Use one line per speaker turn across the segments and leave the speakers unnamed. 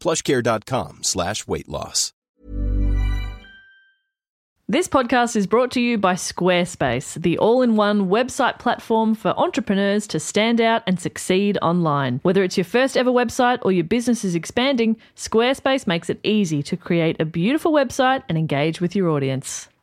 plushcare.com slash weight loss.
This podcast is brought to you by Squarespace, the all in one website platform for entrepreneurs to stand out and succeed online. Whether it's your first ever website or your business is expanding, Squarespace makes it easy to create a beautiful website and engage with your audience.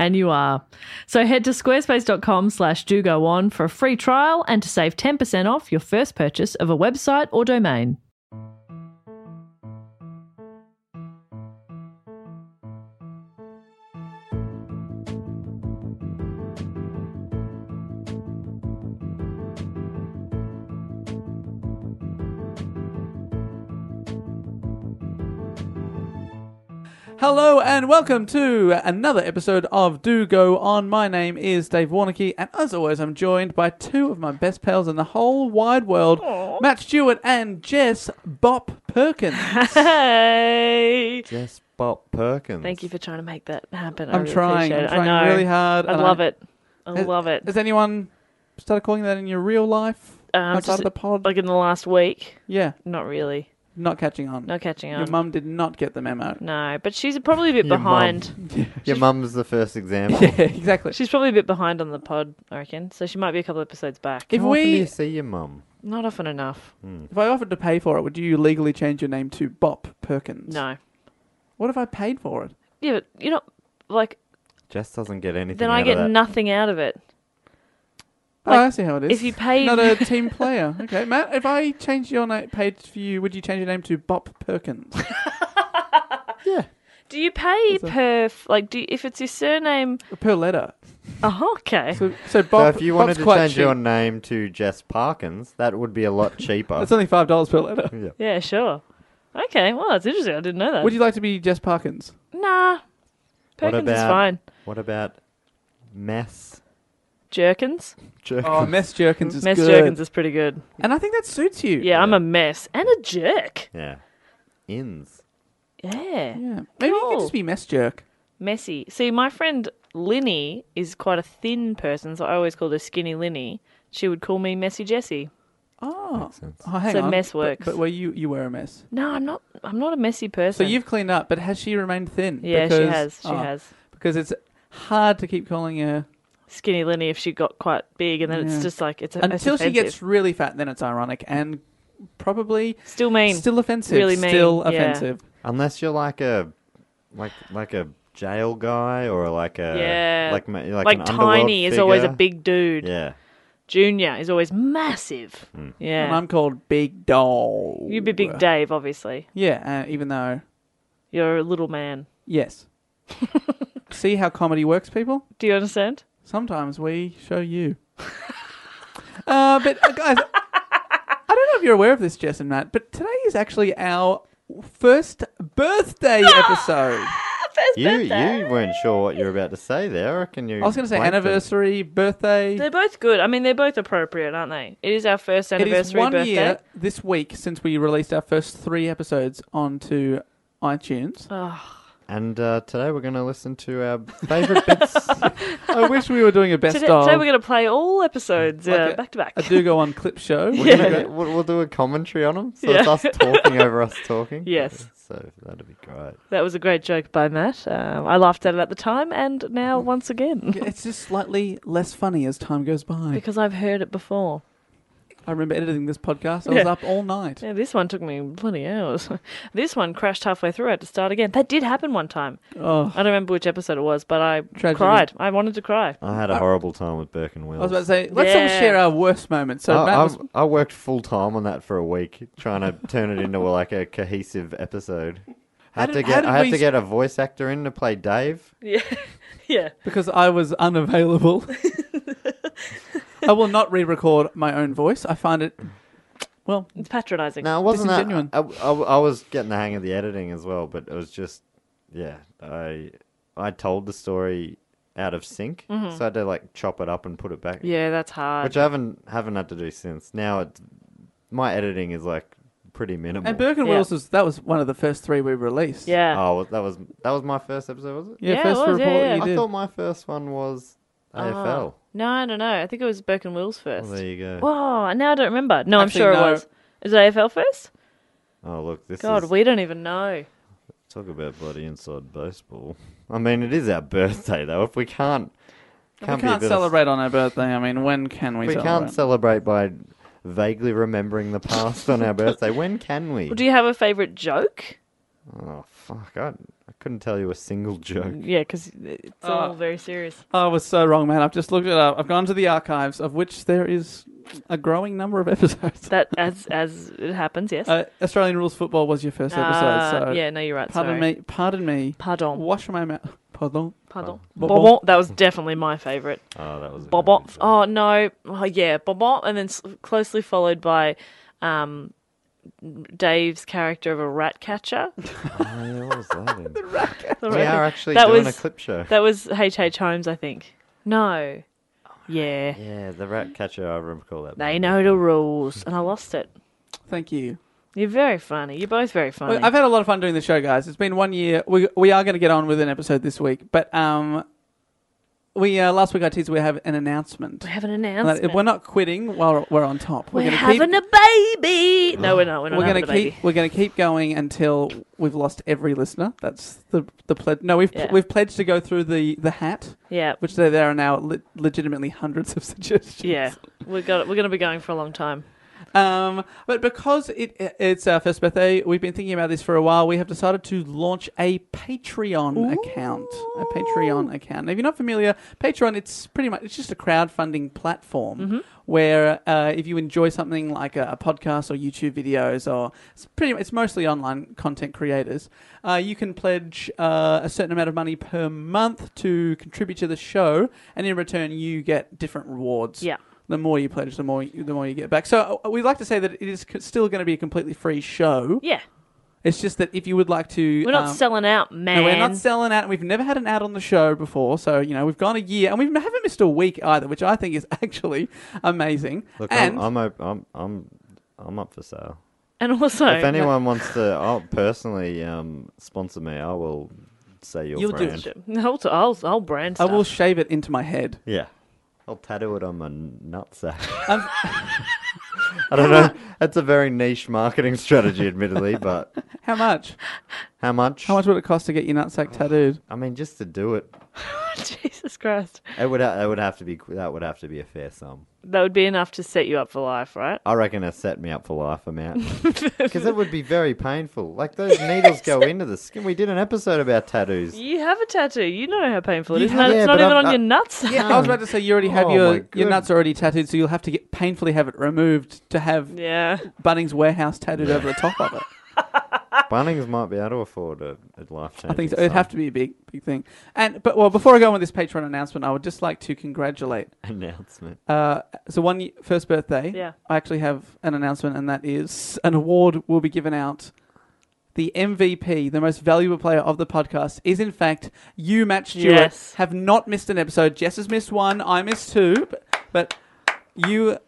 And you are. So head to squarespace.com slash do go on for a free trial and to save 10% off your first purchase of a website or domain.
Hello and welcome to another episode of Do Go On. My name is Dave Warnocky, and as always, I'm joined by two of my best pals in the whole wide world, Matt Stewart and Jess Bop Perkins.
Hey!
Yes, Bob Perkins.
Thank you for trying to make that happen. I
I'm
really
trying,
appreciate
I'm
it.
trying
I know.
really hard.
I
and
love it. I
Has-
love it.
Has anyone started calling that in your real life
Um,
outside
just-
of the pod?
Like in the last week,
yeah,
not really,
not catching on.
not catching
your
on.
mum did not get the memo.
no, but she's probably a bit
Your mum.
behind.
Your mum's the first example.
Yeah, exactly.
She's probably a bit behind on the pod, I reckon. So she might be a couple episodes back.
if
How often do you
we,
see your mum?
Not often enough.
if I offered to pay for it, would you legally change your name to Bop Perkins?
No.
What if I paid for it?
Yeah, but you know, like
Jess doesn't get anything.
then I
out
get
of that.
nothing out of it.
oh,
Like,
I see how it is.
if you paid-
not a team player. Okay, Matt. If I changed your name, paid for you, would you change your name to Bop Perkins? yeah,
Do you pay
What's that?
per f- like? Do you, if it's your surname?
per letter.
Oh, okay.
So,
So
so Bop.
if you wanted
Bop's
to
quite
change
cheap.
your name to Jess Parkins, that would be a lot cheaper.
it's only five dollars per letter.
Yeah, sure. Okay. Well, that's interesting. I didn't know that.
Would you like to be Jess Parkins?
nah. Perkins is
about-
fine.
what about Mess
Jerkins.
Jerk?
Oh, Mess Jerkins is
Mess
good,
Jerkins is pretty good.
and I think that suits you.
Yeah, I'm a mess and a jerk.
Yeah. Inns.
Yeah.
Yeah. Maybe you
Cool.
could just be Mess Jerk.
Messy. See, my friend Linny is quite a thin person, so I always called her Skinny Linny. She would call me Messy Jessie.
Oh,
Makes sense.
oh hang
So
on.
mess
But-
works.
But, where you you were a mess.
No, I'm not. I'm not a messy
So
person.
you've cleaned up, but has she remained thin?
Yeah, she
Because-
has. She
oh,
has.
Because it's hard to keep calling her
Skinny Linny if she got quite big, and then
Yeah.
it's just like it's it's
until she gets
offensive.
really fat, then it's ironic and probably
still mean.
still offensive.
really mean,
still
yeah.
offensive.
Unless you're like a like like a jail guy or like a
yeah,
like ma- like, an underworld
tiny is always a
figure.
big dude.
Yeah. Mm.
Junior is always massive.
And
Yeah,
I'm called Big Doll.
you'd be Big Dave, obviously.
Yeah, uh, even though
You're a little man.
yes. See how comedy works, people.
Do you understand?
Sometimes we show you. Uh, but uh, guys, I don't know if you're aware of this, Jess and Matt, but today is actually our first birthday episode.
First
You
birthday.
you weren't sure what you were about to say there. I reckon you.
I was going to say
blanked it.
anniversary, birthday.
They're both good. I mean, they're both appropriate, aren't they? It is our first
It is
anniversary
one
birthday.
year this week since we released our first three episodes onto iTunes.
Oh.
And uh, today we're going to listen to our favorite bits.
I wish we were doing a best
Today,
of.
today we're going to play all episodes uh,
Like a-
back to back.
a do go on clip show.
We're gonna do- we'll, we'll do a commentary on them. So it's
Yeah.
us talking over us talking.
Yes.
So that'd be great.
That was a great joke by Matt. Um, I laughed at it at the time, and
Mm-hmm.
now once again
It's just slightly less funny as time goes by.
because I've heard it before.
I remember editing this podcast. I was
Yeah.
up all night.
Yeah, this one took me bloody hours. this one crashed halfway through. I had to start again. That did happen one time.
Oh,
I don't remember which episode it was, but I
Tragedy.
cried. I wanted to cry.
I had a horrible time with Burke and Wills.
Uh, I was about to say, let's all
Yeah.
share our worst moments. So
I,
Matt was,
Uh, I've- I worked full time on that for a week, trying to turn it into like a cohesive episode. Had to
did- how
get
did
I had
we
to
s-
get a voice actor in to play Dave.
Yeah, yeah.
because I was unavailable. I will not re-record my own voice. I find it well.
It's patronising.
No, it wasn't that.
Disingenuine.
I, I- I was getting the hang of the editing as well, but it was just, yeah, I I told the story out of sync,
Mm-hmm.
so I had to like chop it up and put it back.
Yeah, that's hard.
which I haven't haven't had to do since. Now it, my editing is like pretty minimal.
And Burke and
Yeah.
Wills was that was one of the first three we released.
yeah.
oh, well, that was that was my first episode, was it?
yeah,
Yeah, it
first
was,
report
yeah, yeah.
you
I
did.
thought my first one was
Ah.
AFL.
No, no, no. I think it was Burke and Wills first.
Well, there you go.
Whoa, now I don't remember. No, I'm
Actually,
sure
no.
it was. Is it AFL first?
Oh look, this
God,
is
we don't even know.
talk about bloody inside baseball. I mean, it is our birthday though. If we can't
we
be a
can't
bit of-
celebrate on our birthday. I mean, when can we?
we
celebrate?
can't celebrate by vaguely remembering the past on our birthday. When can we?
Well, Do you have a favourite joke?
Oh fuck! I, I couldn't tell you a single joke.
Yeah, because it's
Oh.
all very serious.
I was so wrong, man. I've just looked it up. I've gone to the archives, of which there is a growing number of episodes.
That as as it happens, yes.
Uh, Australian Rules Football was your first
Uh,
episode, so
yeah, no, you're right.
pardon
sorry.
me, pardon me,
Pardon.
wash my mouth, pardon.
Pardon.
Bon-
Bonbon. That was definitely my favourite.
Oh, that was a
Bonbon.
good joke.
Oh no. Oh yeah, bonbon, and then s- closely followed by, um, Dave's character of a rat catcher.
Oh, yeah, what was that? in?
The
We
rat-
are actually
that
doing
was-
a clip show.
That was H. H. Holmes, I think.
Oh,
No. Yeah.
Yeah, the rat catcher. I recall that.
They
being-
know the rules, and I lost it.
Thank you.
You're very funny. You're both very funny.
Well, I've had a lot of fun doing the show, guys. It's been one year. We we are going to get on with an episode this week, but um, we uh, last week I teased we have an announcement.
We have an
And
announcement.
that- We're not quitting while we're on top.
We're,
gonna keep-
having a baby. No, we're not. We're not
we're
having
gonna
a
keep
baby.
we're gonna keep going until we've lost every listener. That's the the pledge. No, we've
Yeah.
we've pledged to go through the the hat,
Yeah.
which there there are now le- legitimately hundreds of suggestions.
Yeah. We're got. We're gonna be going for a long time.
Um, but because it it's our first birthday, we've been thinking about this for a while. We have decided to launch a Patreon account. A Patreon account. Now, if you're not familiar, Patreon it's pretty much it's just a crowdfunding platform where uh, if you enjoy something like a, a podcast or YouTube videos, or it's pretty it's mostly online content creators, uh, you can pledge uh, a certain amount of money per month to contribute to the show, and in return you get different rewards
Yeah.
the more you pledge, the more you, the more you get back. So uh, we'd like to say that it is c- still going to be a completely free show.
Yeah.
It's just that if you would like to,
We're not
um,
selling out, man.
no, we're not selling out. We've never had an ad on the show before, so you know we've gone a year and we haven't missed a week either, which I think is actually amazing.
Look,
and
I'm, I'm, op- I'm, I'm, I'm up for sale.
and also,
if anyone wants to, I'll oh, personally um, sponsor me. I will say your
You'll do
brand.
it.
I'll, I'll, I'll brand
I
stuff.
will shave it into my head.
Yeah, I'll tattoo it on my nutsack.
Um,
I don't know. That's a very niche marketing strategy, admittedly, but
How much?
how much?
How much would it cost to get your nutsack tattooed?
I mean, just to do it,
Jesus Christ,
it would. Ha- it would have to be. That would have to be a fair sum.
that would be enough to set you up for life, right?
I reckon it set me up for life amount because it would be very painful. Like those needles go into the skin. We did an episode about tattoos.
You have a tattoo. You know how painful it
You
is.
have-
and
Yeah,
it's not
but
even
I'm-
on
I-
your nuts.
Yeah, I was about to say you already have
Oh, my
your your
goodness.
nuts already tattooed, so you'll have to get painfully have it removed to have
yeah.
Bunnings Warehouse tattooed over the top of it.
Bunnings might be able to afford a, a life changing.
I think so. it'd have to be a big, big thing. And but well, before I go on with this Patreon announcement, I would just like to congratulate.
announcement.
Uh, so one y- first birthday,
Yeah.
I actually have an announcement, and that is an award will be given out. The MVP, the most valuable player of the podcast, is in fact you, Matt Stewart.
Yes.
Have not missed an episode. Jess has missed one. I missed two, but, but you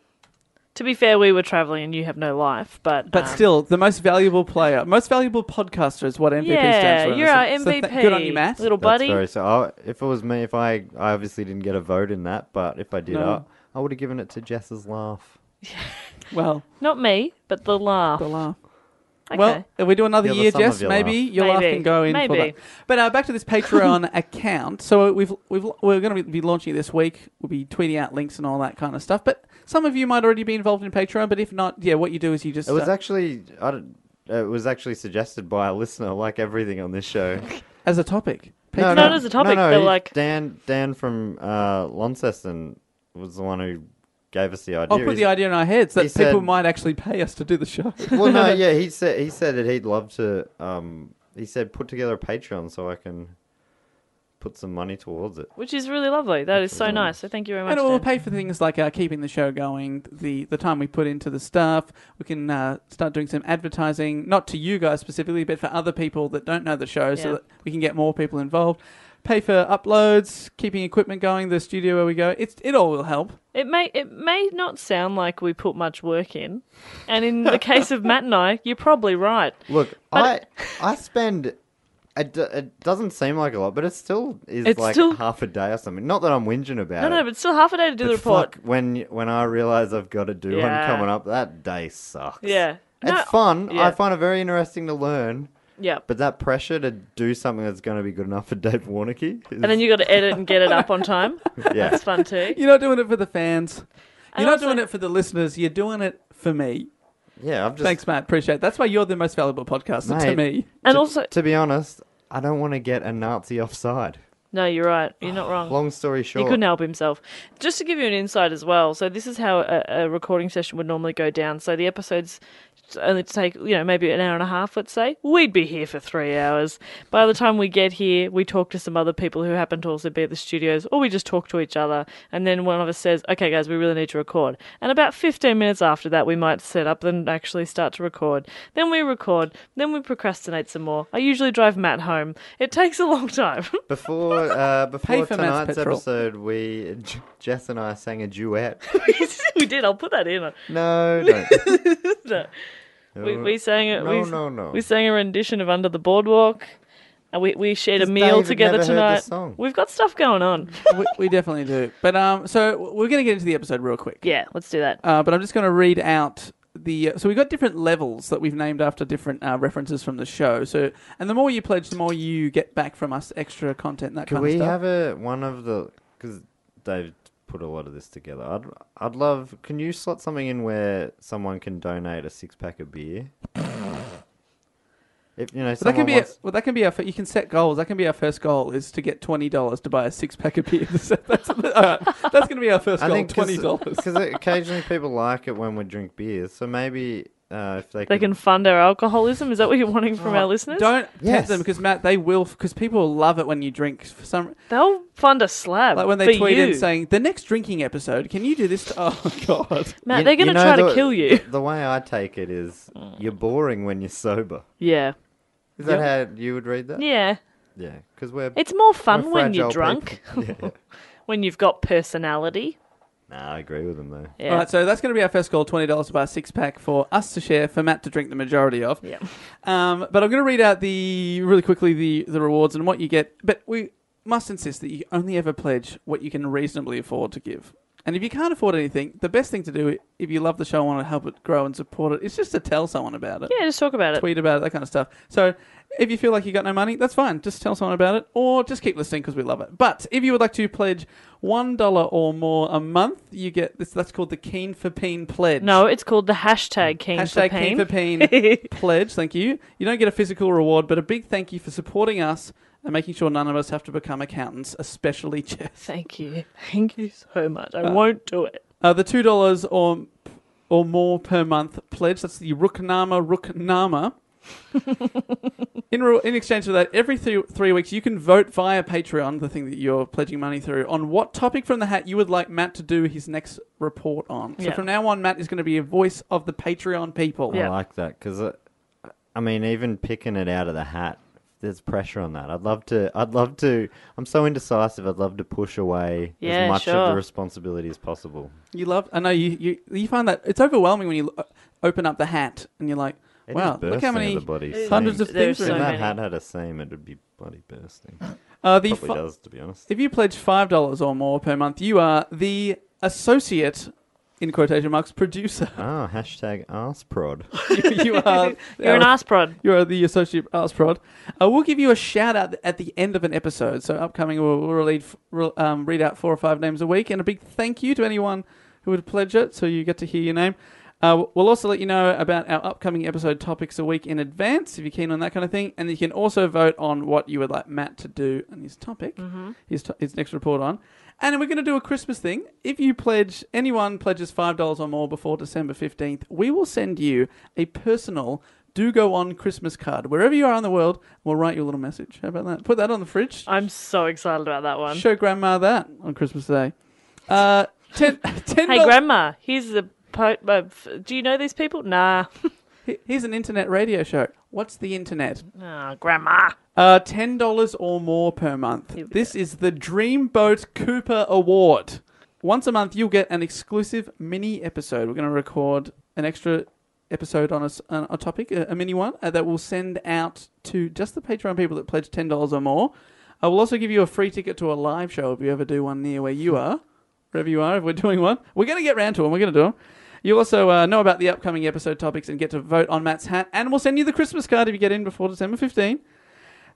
To be fair, we were traveling and you have no life, but
But
um,
still, the most valuable player, most valuable podcaster is what MVP stands
yeah,
for. in
you're
this
our
sense.
MVP.
So th- good on you, Matt.
Little
That's
buddy.
very so. I, if it was me, if I, I obviously didn't get a vote in that, but if I did,
No.
I, I would have given it to Jess's laugh.
Well,
Not me, but the laugh.
the laugh.
Okay.
Well, if we do another
Yeah, the
year,
sum of
Jess,
your
maybe
laugh.
your laugh
Maybe.
can go in for
Maybe.
that. But uh, back to this Patreon account. So we've we've we're going to be launching it this week. We'll be tweeting out links and all that kind of stuff. But some of you might already be involved in Patreon. But if not, yeah, what you do is you just
It was
uh,
actually, I don't, it was actually suggested by a listener, like everything on this show.
as a topic.
No,
Not
no,
as a topic,
No, no,
they're
he-
like-
Dan. Dan from uh, Launceston was the one who gave us the idea.
I'll put the
He's-
idea in our heads that
he
people
said-
might actually pay us to do the show.
Well, no, yeah, he said he said that he'd love to. Um, he said put together a Patreon so I can put some money towards it.
Which is really lovely. That is so nice. So thank you very much.
And we'll
Dan.
pay for things like uh, keeping the show going, the the time we put into the stuff. We can uh, start doing some advertising, not to you guys specifically, but for other people that don't know the show, so
Yeah.
that we can get more people involved. Pay for uploads, keeping equipment going, the studio where we go. It's it all will help.
It may it may not sound like we put much work in, and in the case of Matt and I, you're probably right.
Look,
But-
I I spend. It, do- it doesn't seem like a lot, but it still is
It's
like
still-
half a day or something. Not that I'm whinging about
No,
it.
no, but still half a day to do the
but
report.
fuck, when when I realise I've got to do
Yeah.
one coming up, that day sucks.
Yeah.
it's
No,
fun.
yeah.
I find it very interesting to learn.
Yeah.
But that pressure to do something that's going to be good enough for Dave Warnicky.
and then you got to edit and get it up on time.
yeah.
That's fun too.
You're not doing it for the fans.
And
You're not
also-
doing it for the listeners. You're doing it for me.
Yeah, I've just.
Thanks, Matt. Appreciate. it. That's why you're the most valuable podcaster to
Mate.
me.
And
to,
also,
To be honest, I don't want to get a Nazi offside.
no, you're right. You're not wrong.
Long story short.
He couldn't help himself. Just to give you an insight as well, so this is how a, a recording session would normally go down. So the episodes only take, you know, maybe an hour and a half, let's say. We'd be here for three hours. By the time we get here, we talk to some other people who happen to also be at the studios, or we just talk to each other. And then one of us says, okay, guys, we really need to record. And about 15 minutes after that, we might set up and actually start to record. Then we record. Then we procrastinate some more. I usually drive Matt home. It takes a long time.
Before uh, before
for Matt's
tonight's
petrol.
episode, we J- Jess and I sang a duet.
we did. I'll put that in.
No, don't.
No. We, we sang it.
No,
we,
no, no.
We sang a rendition of Under the Boardwalk. And we, we shared a
Because
meal
David
together
never heard
tonight.
this song.
We've got stuff going on.
we, we definitely do. But um, so we're going to get into the episode real quick.
yeah, let's do that.
Uh, but I'm just going to read out the. uh, So we've got different levels that we've named after different uh, references from the show. So and the more you pledge, the more you get back from us extra content. That
Can
kind
we
of stuff.
have a one of the because Dave put a lot of this together. I'd I'd love. Can you slot something in where someone can donate a six pack of beer? if you know,
so that can
someone
be
wants-
well. That can be our. fir- You can set goals. That can be our first goal is to get twenty dollars to buy a six pack of beer. So that's all right, that's going to be our first
I
goal.
think
twenty dollars.
because occasionally people like it when we drink beers. So maybe uh, if they,
they
could-
can fund our alcoholism. Is that what you're wanting
Oh,
from our listeners?
Don't tempt
Yes.
them because Matt, they will because people love it when you drink for some.
They'll fund a slab.
Like when they
for
tweet
you.
in saying the next drinking episode, can you do this? To-? Oh God!
Matt,
You-
they're going
you
to
know
try to
the-
kill you. Mm.
The, the way I take it is, you're boring when you're sober.
yeah.
Is that how you would read that?
Yeah.
Yeah, because we're
It's more fun
we're
when you're
fragile
drunk,
people. yeah.
when you've got personality.
Nah, I agree with them though.
Yeah.
All right, so that's going to be our first goal: twenty dollars to buy a six pack for us to share, for Matt to drink the majority of.
Yeah.
Um, but I'm going to read out the really quickly the the rewards and what you get. But we must insist that you only ever pledge what you can reasonably afford to give. And if you can't afford anything, the best thing to do if you love the show and want to help it grow and support it is just to tell someone about it.
Yeah, just talk about it.
tweet about it, that kind of stuff. So if you feel like you got no money, that's fine. Just tell someone about it, or just keep listening because we love it. But if you would like to pledge one dollar or more a month, you get this. That's called the Keen for Peen pledge.
No, it's called the hashtag Keen
Hashtag
for
Keen
Pain.
for Peen pledge. Thank you. You don't get a physical reward, but a big thank you for supporting us and making sure none of us have to become accountants, especially Jess.
Thank you. Thank you so much. I won't do it.
Uh, the two dollars or or more per month pledge. That's the Ruknama Ruknama. In, re- in exchange for that, every three, three weeks you can vote via Patreon, the thing that you're pledging money through, on what topic from the hat you would like Matt to do his next report on. So
Yeah.
from now on, Matt is going to be a voice of the Patreon people.
Yeah.
I like that because, I mean, even picking it out of the hat, there's pressure on that. I'd love to. I'd love to. I'm so indecisive. I'd love to push away
Yeah,
as much of
sure.
the responsibility as possible.
You love. I know you, you. You find that it's overwhelming when you l- open up the hat and you're like,
It is
wow, look how
bursting at
many
the bloody
hundreds
seams.
of
There's
things.
so
are
If
in there.
that
many.
hat had a seam, it would be bloody bursting.
Uh, the
Probably
fi-
does, to be honest.
If you pledge five dollars or more per month, you are the associate, in quotation marks, producer.
Ah, hashtag ass prod.
you, you are. uh,
You're an ass prod.
You are the associate ass prod. Uh, we'll give you a shout out at the end of an episode. So upcoming, we'll, we'll read, re- um, read out four or five names a week, and a big thank you to anyone who would pledge it. So you get to hear your name. Uh, we'll also let you know about our upcoming episode topics a week in advance if you're keen on that kind of thing, and you can also vote on what you would like Matt to do on his topic,
Mm-hmm.
his to- his next report on. And we're going to do a Christmas thing. If you pledge, anyone pledges five dollars or more before December fifteenth, we will send you a personal do go on Christmas card wherever you are in the world. We'll write you a little message. How about that? Put that on the fridge.
I'm so excited about that one.
Show grandma that on Christmas Day. Uh, ten, ten
Hey, Grandma, here's the. Po- uh, f- do you know these people? Nah.
Here's an internet radio show. What's the internet?
Ah, grandma.
Uh, ten dollars or more per month.
Here we
This is the Dreamboat Cooper Award. Once a month, you'll get an exclusive mini episode. We're going to record an extra episode on a, s- on a topic, a, a mini one uh, that we'll send out to just the Patreon people that pledge ten dollars or more. I will also give you a free ticket to a live show if you ever do one near where you are, wherever you are. If we're doing one, we're going to get round to them. We're going to do them. You'll also uh, know about the upcoming episode topics and get to vote on Matt's hat. And we'll send you the Christmas card if you get in before December 15.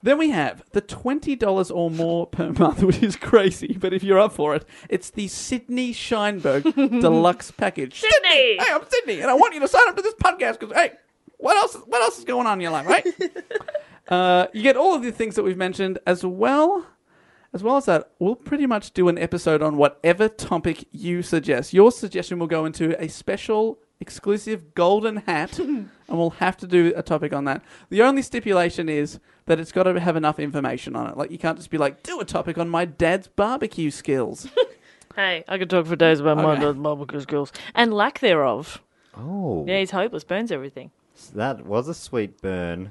Then we have the $20 or more per month, which is crazy, but if you're up for it, it's the Sydney Scheinberg Deluxe Package.
Sydney!
Hey, I'm Sydney, and I want you to sign up to this podcast because, hey, what else, what else is going on in your life, right? uh, you get all of the things that we've mentioned as well. As well as that, we'll pretty much do an episode on whatever topic you suggest. Your suggestion will go into a special exclusive golden hat, and we'll have to do a topic on that. The only stipulation is that it's got to have enough information on it. Like, you can't just be like, do a topic on my dad's barbecue skills.
Hey, I could talk for days about my
Okay.
dad's barbecue skills and lack thereof.
Oh,
Yeah, he's hopeless, burns everything.
that was a sweet burn.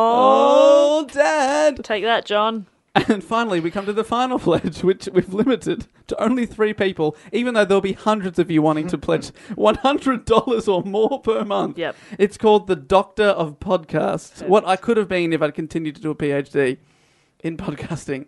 Oh,
oh, dad!
take that, John.
And finally, we come to the final pledge, which we've limited to only three people, even though there'll be hundreds of you wanting to pledge $100 or more per month.
Yep.
It's called the Doctor of Podcasts, what I could have been if I'd continued to do a PhD in podcasting.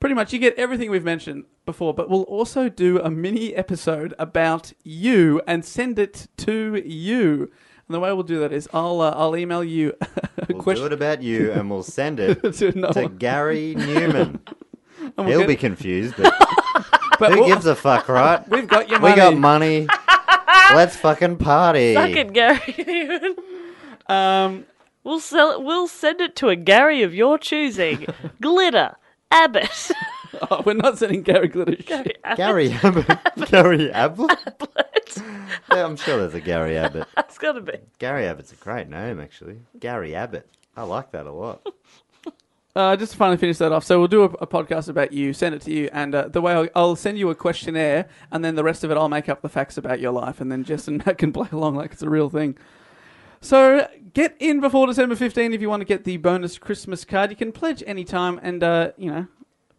Pretty much, you get everything we've mentioned before, but we'll also do a mini episode about you and send it to you. And the way we'll do that is I'll, uh, I'll email you a
We'll do
question
it about you, and we'll send it
to no
to
one.
Gary Newman.
Oh
And we'll
He'll
get-
be confused, but
but
who
we'll-
gives a fuck, right?
We've got your
We
money.
got money. Let's fucking party.
Suck it, Gary.
Um,
we'll sell it. We'll send it to a Gary of your choosing. Glitter. Abbott.
oh, we're not sending Gary Glitter shit.
Gary Abbott. Gary Abbott. Yeah, I'm sure there's a Gary Abbott.
it's gotta be.
Gary Abbott's a great name, actually. Gary Abbott. I like that a lot.
Uh, just to finally finish that off, so we'll do a, a podcast about you, send it to you, and uh, the way I'll, I'll send you a questionnaire, and then the rest of it I'll make up the facts about your life, and then Jess and Matt can play along like it's a real thing. So get in before December 15 if you want to get the bonus Christmas card. You can pledge any time and, uh, you know,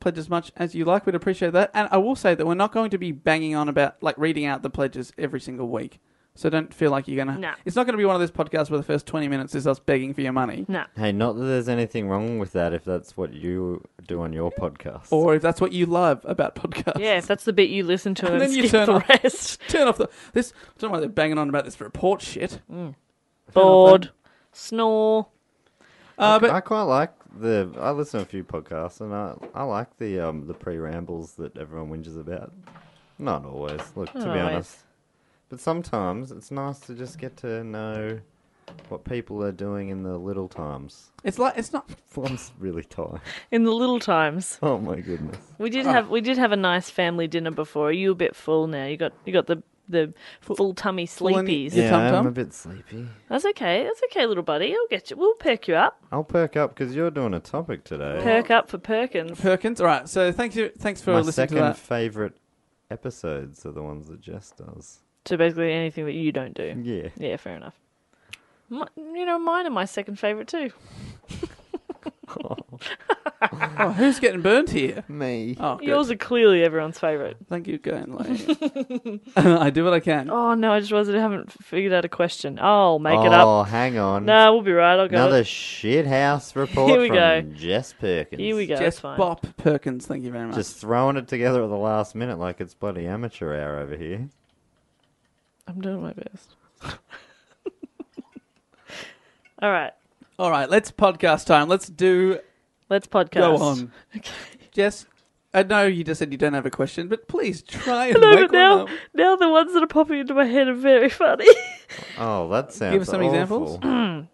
pledge as much as you like. We'd appreciate that. And I will say that we're not going to be banging on about, like, reading out the pledges every single week. So don't feel like you're going to...
No.
It's not going to be one of those podcasts where the first 20 minutes is us begging for your money.
No.
Hey, not that there's anything wrong with that if that's what you do on your podcast.
Or if that's what you love about podcasts.
Yeah, if that's the bit you listen to and,
then you
skip
turn
the
off.
rest.
Turn off the this. I don't know why they're banging on about this report shit.
Mm. Bored. Snore.
Uh, but
I quite like the. I listen to a few podcasts, and I, I like the um the pre rambles that everyone whinges about. Not always. Look, to be
always.
honest, but sometimes it's nice to just get to know what people are doing in the little times.
it's like it's not.
I'm s- really tired.
In the little times.
Oh my goodness.
We did have we did have a nice family dinner before. Are you a bit full now? You got you got the the full tummy sleepies.
Your
yeah, I'm
tum-tum?
a
Um,
bit sleepy.
That's okay. That's okay, little buddy. I'll get you. We'll perk you up.
I'll perk up because you're doing a topic today.
Perk up for Perkins.
Perkins. All right. So thank you. Thanks for
My
listening to
second
that.
favorite episodes are the ones that Jess does.
So basically, anything that you don't do.
Yeah.
Yeah, fair enough. My, you know, mine are my second favourite too.
Oh, who's getting burned here?
Me.
Oh, good.
Yours are clearly everyone's favourite.
Thank you, Gainley. I do what I can.
Oh no, I just wasn't. haven't figured out a question. I'll make it up.
Oh, hang on.
No, we'll be right. I'll go.
Another shithouse report
Here we
from
go.
Jess Perkins.
Here we go.
Jess
That's fine.
Bop Perkins. Thank you very much.
Just throwing it together at the last minute like it's bloody amateur hour over here.
I'm doing my best. All right,
All right. Let's podcast time. Let's do.
let's podcast.
Go on.
Okay.
Jess, I know you just said you don't have a question, but please try and
No,
make
but
one
now,
up.
now the ones that are popping into my head are very funny.
Oh, that sounds
Give us some
awful.
examples.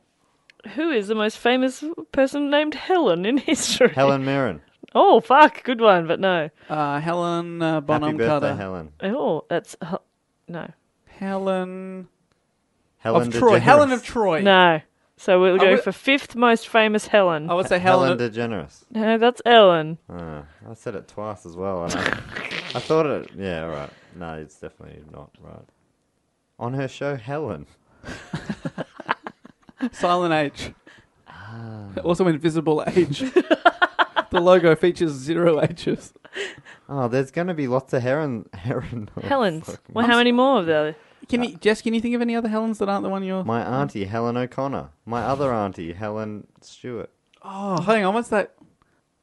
Who is the most famous person named Helen in history?
Helen Mirren.
Oh, fuck, good one, but no.
Uh, Helen uh,
Happy
Bonham
birthday,
Carter.
Helen.
Oh, that's Hel- no,
Helen
Helen
of Troy.
DeGeneres.
Helen of Troy.
no. So we'll
I
go
would-
for fifth most famous Helen.
I would say
Helen
Helen.
DeGeneres.
No, that's Ellen.
Ah, I said it twice as well. And I, I thought it. Yeah, all right. No, it's definitely not right. On her show, Helen.
Silent H.
Ah.
Also Invisible H. the logo features zero H's.
Oh, there's going to be lots of Heron. Heron.
Helen's. Well, how many more of the?
Can you, Jess? Can you think of any other Helens that aren't the one you're?
My auntie, Helen O'Connor. My other auntie, Helen Stewart.
Oh, hang on. What's that?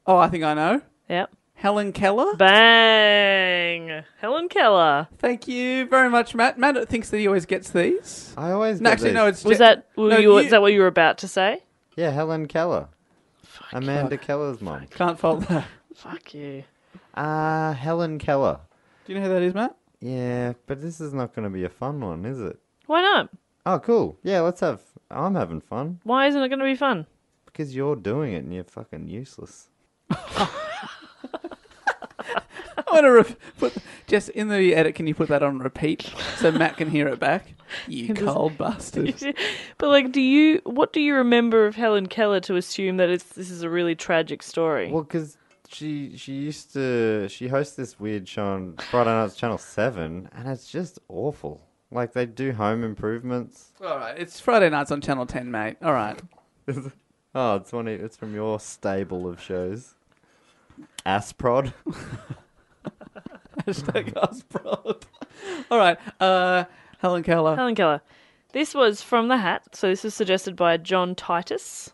Oh, I think I know.
Yep.
Helen Keller.
Bang! Helen Keller.
Thank you very much, Matt. Matt thinks that he always gets these.
I always
No,
get
actually,
these.
no. It's
Was
Je-
that were
no,
you,
you-
is that what you were about to say?
Yeah, Helen Keller. Amanda Keller's mom.
Can't fault that.
Fuck you.
Ah, Helen Keller.
Do you know who that is, Matt?
Yeah, but this is not going to be a fun one, is it?
Why not?
Oh, cool. Yeah, let's have. I'm having fun
Why isn't it going to be fun?
because you're doing it and you're fucking useless.
I want to re- put Jess in the edit. Can you put that on repeat so Matt can hear it back? You cold bastard.
but like, do you? What do you remember of Helen Keller to assume that it's this is a really tragic story?
Well, because she she used to she hosts this weird show on Friday nights Channel Seven, and it's just awful. Like they do home improvements.
All right, it's Friday nights on Channel Ten, mate. All right.
Oh, it's one. Of, it's from your stable of shows. Asprod.
Hashtag Asprod. All right. Uh, Helen Keller.
Helen Keller. This was from the hat, so this was suggested by John Titus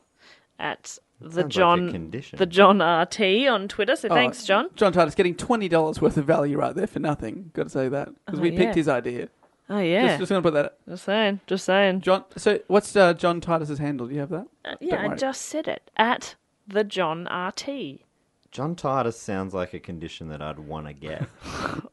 at the
like a
John
condition.
the John RT on Twitter. So
Oh,
thanks, John.
John Titus getting twenty dollars worth of value right there for nothing. Got to say that because
Oh,
we
yeah.
picked his idea.
Oh yeah,
Just,
just,
just gonna put that.
saying, just saying.
John. So what's uh, John Titus's handle? Do you have that?
Uh,
don't
yeah, I
worry.
just said it at the John RT.
John Titus sounds like a condition that I'd want to get.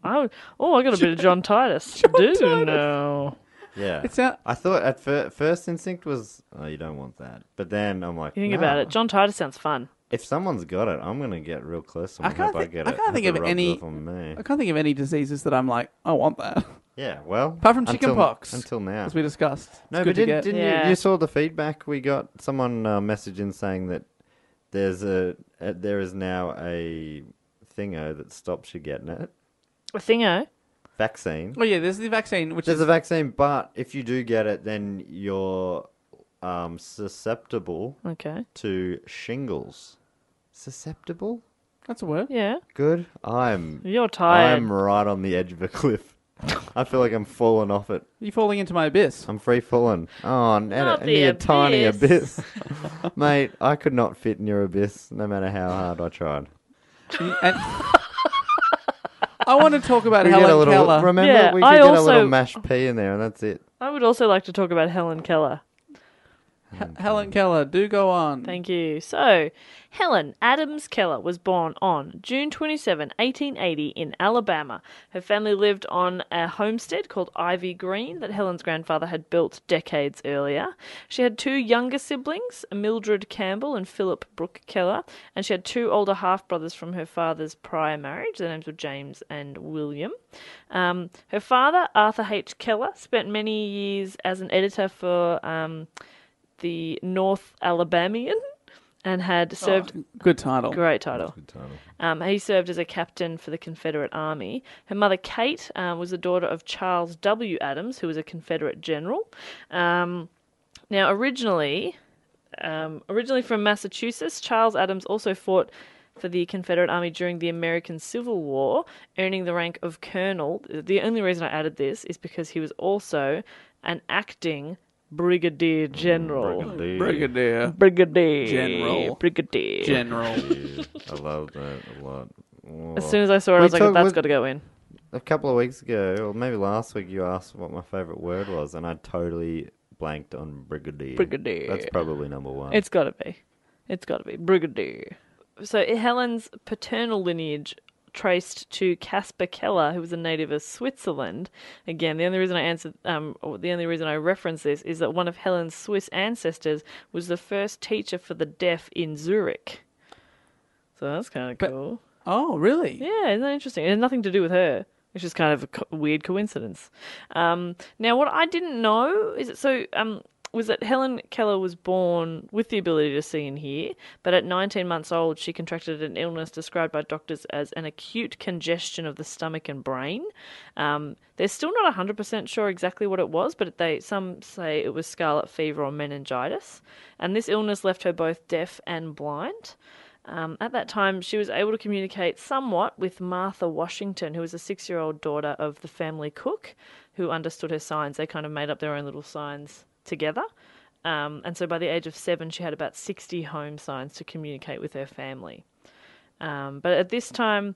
Oh, oh, I got a bit of John Titus. Do know.
Yeah.
It's out.
I thought at fir- first instinct was, oh, you don't want that. But then I'm like,
You think
"Nah,
about it. John Titus sounds fun.
If someone's got it, I'm gonna get real close and
I can't
hope I
think-
get
I
it.
can't think
Hope
of
it rubs
any-
off on me.
I can't think of any diseases that I'm like I want that.
Yeah, well,
Apart from
until-
chickenpox.
Until now,
As we discussed. It's
no, but
good to
didn't,
get.
didn't
Yeah.
you? You saw the feedback we got. Someone uh, messaged in saying that there's a, uh there is now a thingo that stops you getting it.
A thingo.
Vaccine.
Oh yeah, there's the vaccine, which
There's
is
a vaccine, but if you do get it, then you're um, susceptible
Okay.
to shingles. Susceptible?
that's a word.
Yeah.
Good. I'm.
You're tired.
I'm right on the edge of a cliff. I feel like I'm falling off it.
You're falling into my abyss.
I'm free falling. Oh, and
Not
and in
the
your tiny
abyss.
abyss. Mate, I could not fit in your abyss no matter how hard I tried.
and I want to talk about
We get a
Helen
little,
Keller.
remember,
Yeah,
we could
I
get a
also-
little mashed pea in there and that's it.
I would also like to talk about Helen Keller.
Helen, Keller, do go on.
Thank you. So, Helen Adams Keller was born on June 27, 1880, in Alabama. Her family lived on a homestead called Ivy Green that Helen's grandfather had built decades earlier. She had two younger siblings, Mildred Campbell and Philip Brooke Keller, and she had two older half brothers from her father's prior marriage. Their names were James and William. Um, her father, Arthur H. Keller, spent many years as an editor for. Um, the North Alabamian and had served
Good title.
great title. Um, he served as a captain for the Confederate Army. Her mother, Kate, uh, was the daughter of Charles W. Adams, who was a Confederate general. Um, now, originally, um, originally from Massachusetts, Charles Adams also fought for the Confederate Army during the American Civil War, earning the rank of colonel. The only reason I added this is because he was also an acting brigadier general.
Brigadier.
Brigadier.
General.
Brigadier.
General.
I love that a lot.
as soon as I saw it, I
We
was like,
talk-
that's
we-
got to go in.
A couple of weeks ago, or maybe last week, you asked what my favorite word was, and I totally blanked on brigadier.
Brigadier.
That's probably number one.
It's got to be. It's got to be. Brigadier. So Helen's paternal lineage traced to Caspar Keller, who was a native of Switzerland. Again, the only reason I answered, um, or the only reason I reference this is that one of Helen's Swiss ancestors was the first teacher for the deaf in Zurich. So that's kind of cool.
Oh, really?
Yeah, isn't that interesting? It had nothing to do with her. It's just kind of a co- weird coincidence. Um, now, what I didn't know is that so um, was that Helen Keller was born with the ability to see and hear, but at 19 months old, she contracted an illness described by doctors as an acute congestion of the stomach and brain. Um, they're still not 100% sure exactly what it was, but they some say it was scarlet fever or meningitis, and this illness left her both deaf and blind. Um, at that time, she was able to communicate somewhat with Martha Washington, who was a six year old daughter of the family cook who understood her signs. They kind of made up their own little signs together. Um, and so by the age of seven, she had about 60 home signs to communicate with her family. Um, but at this time,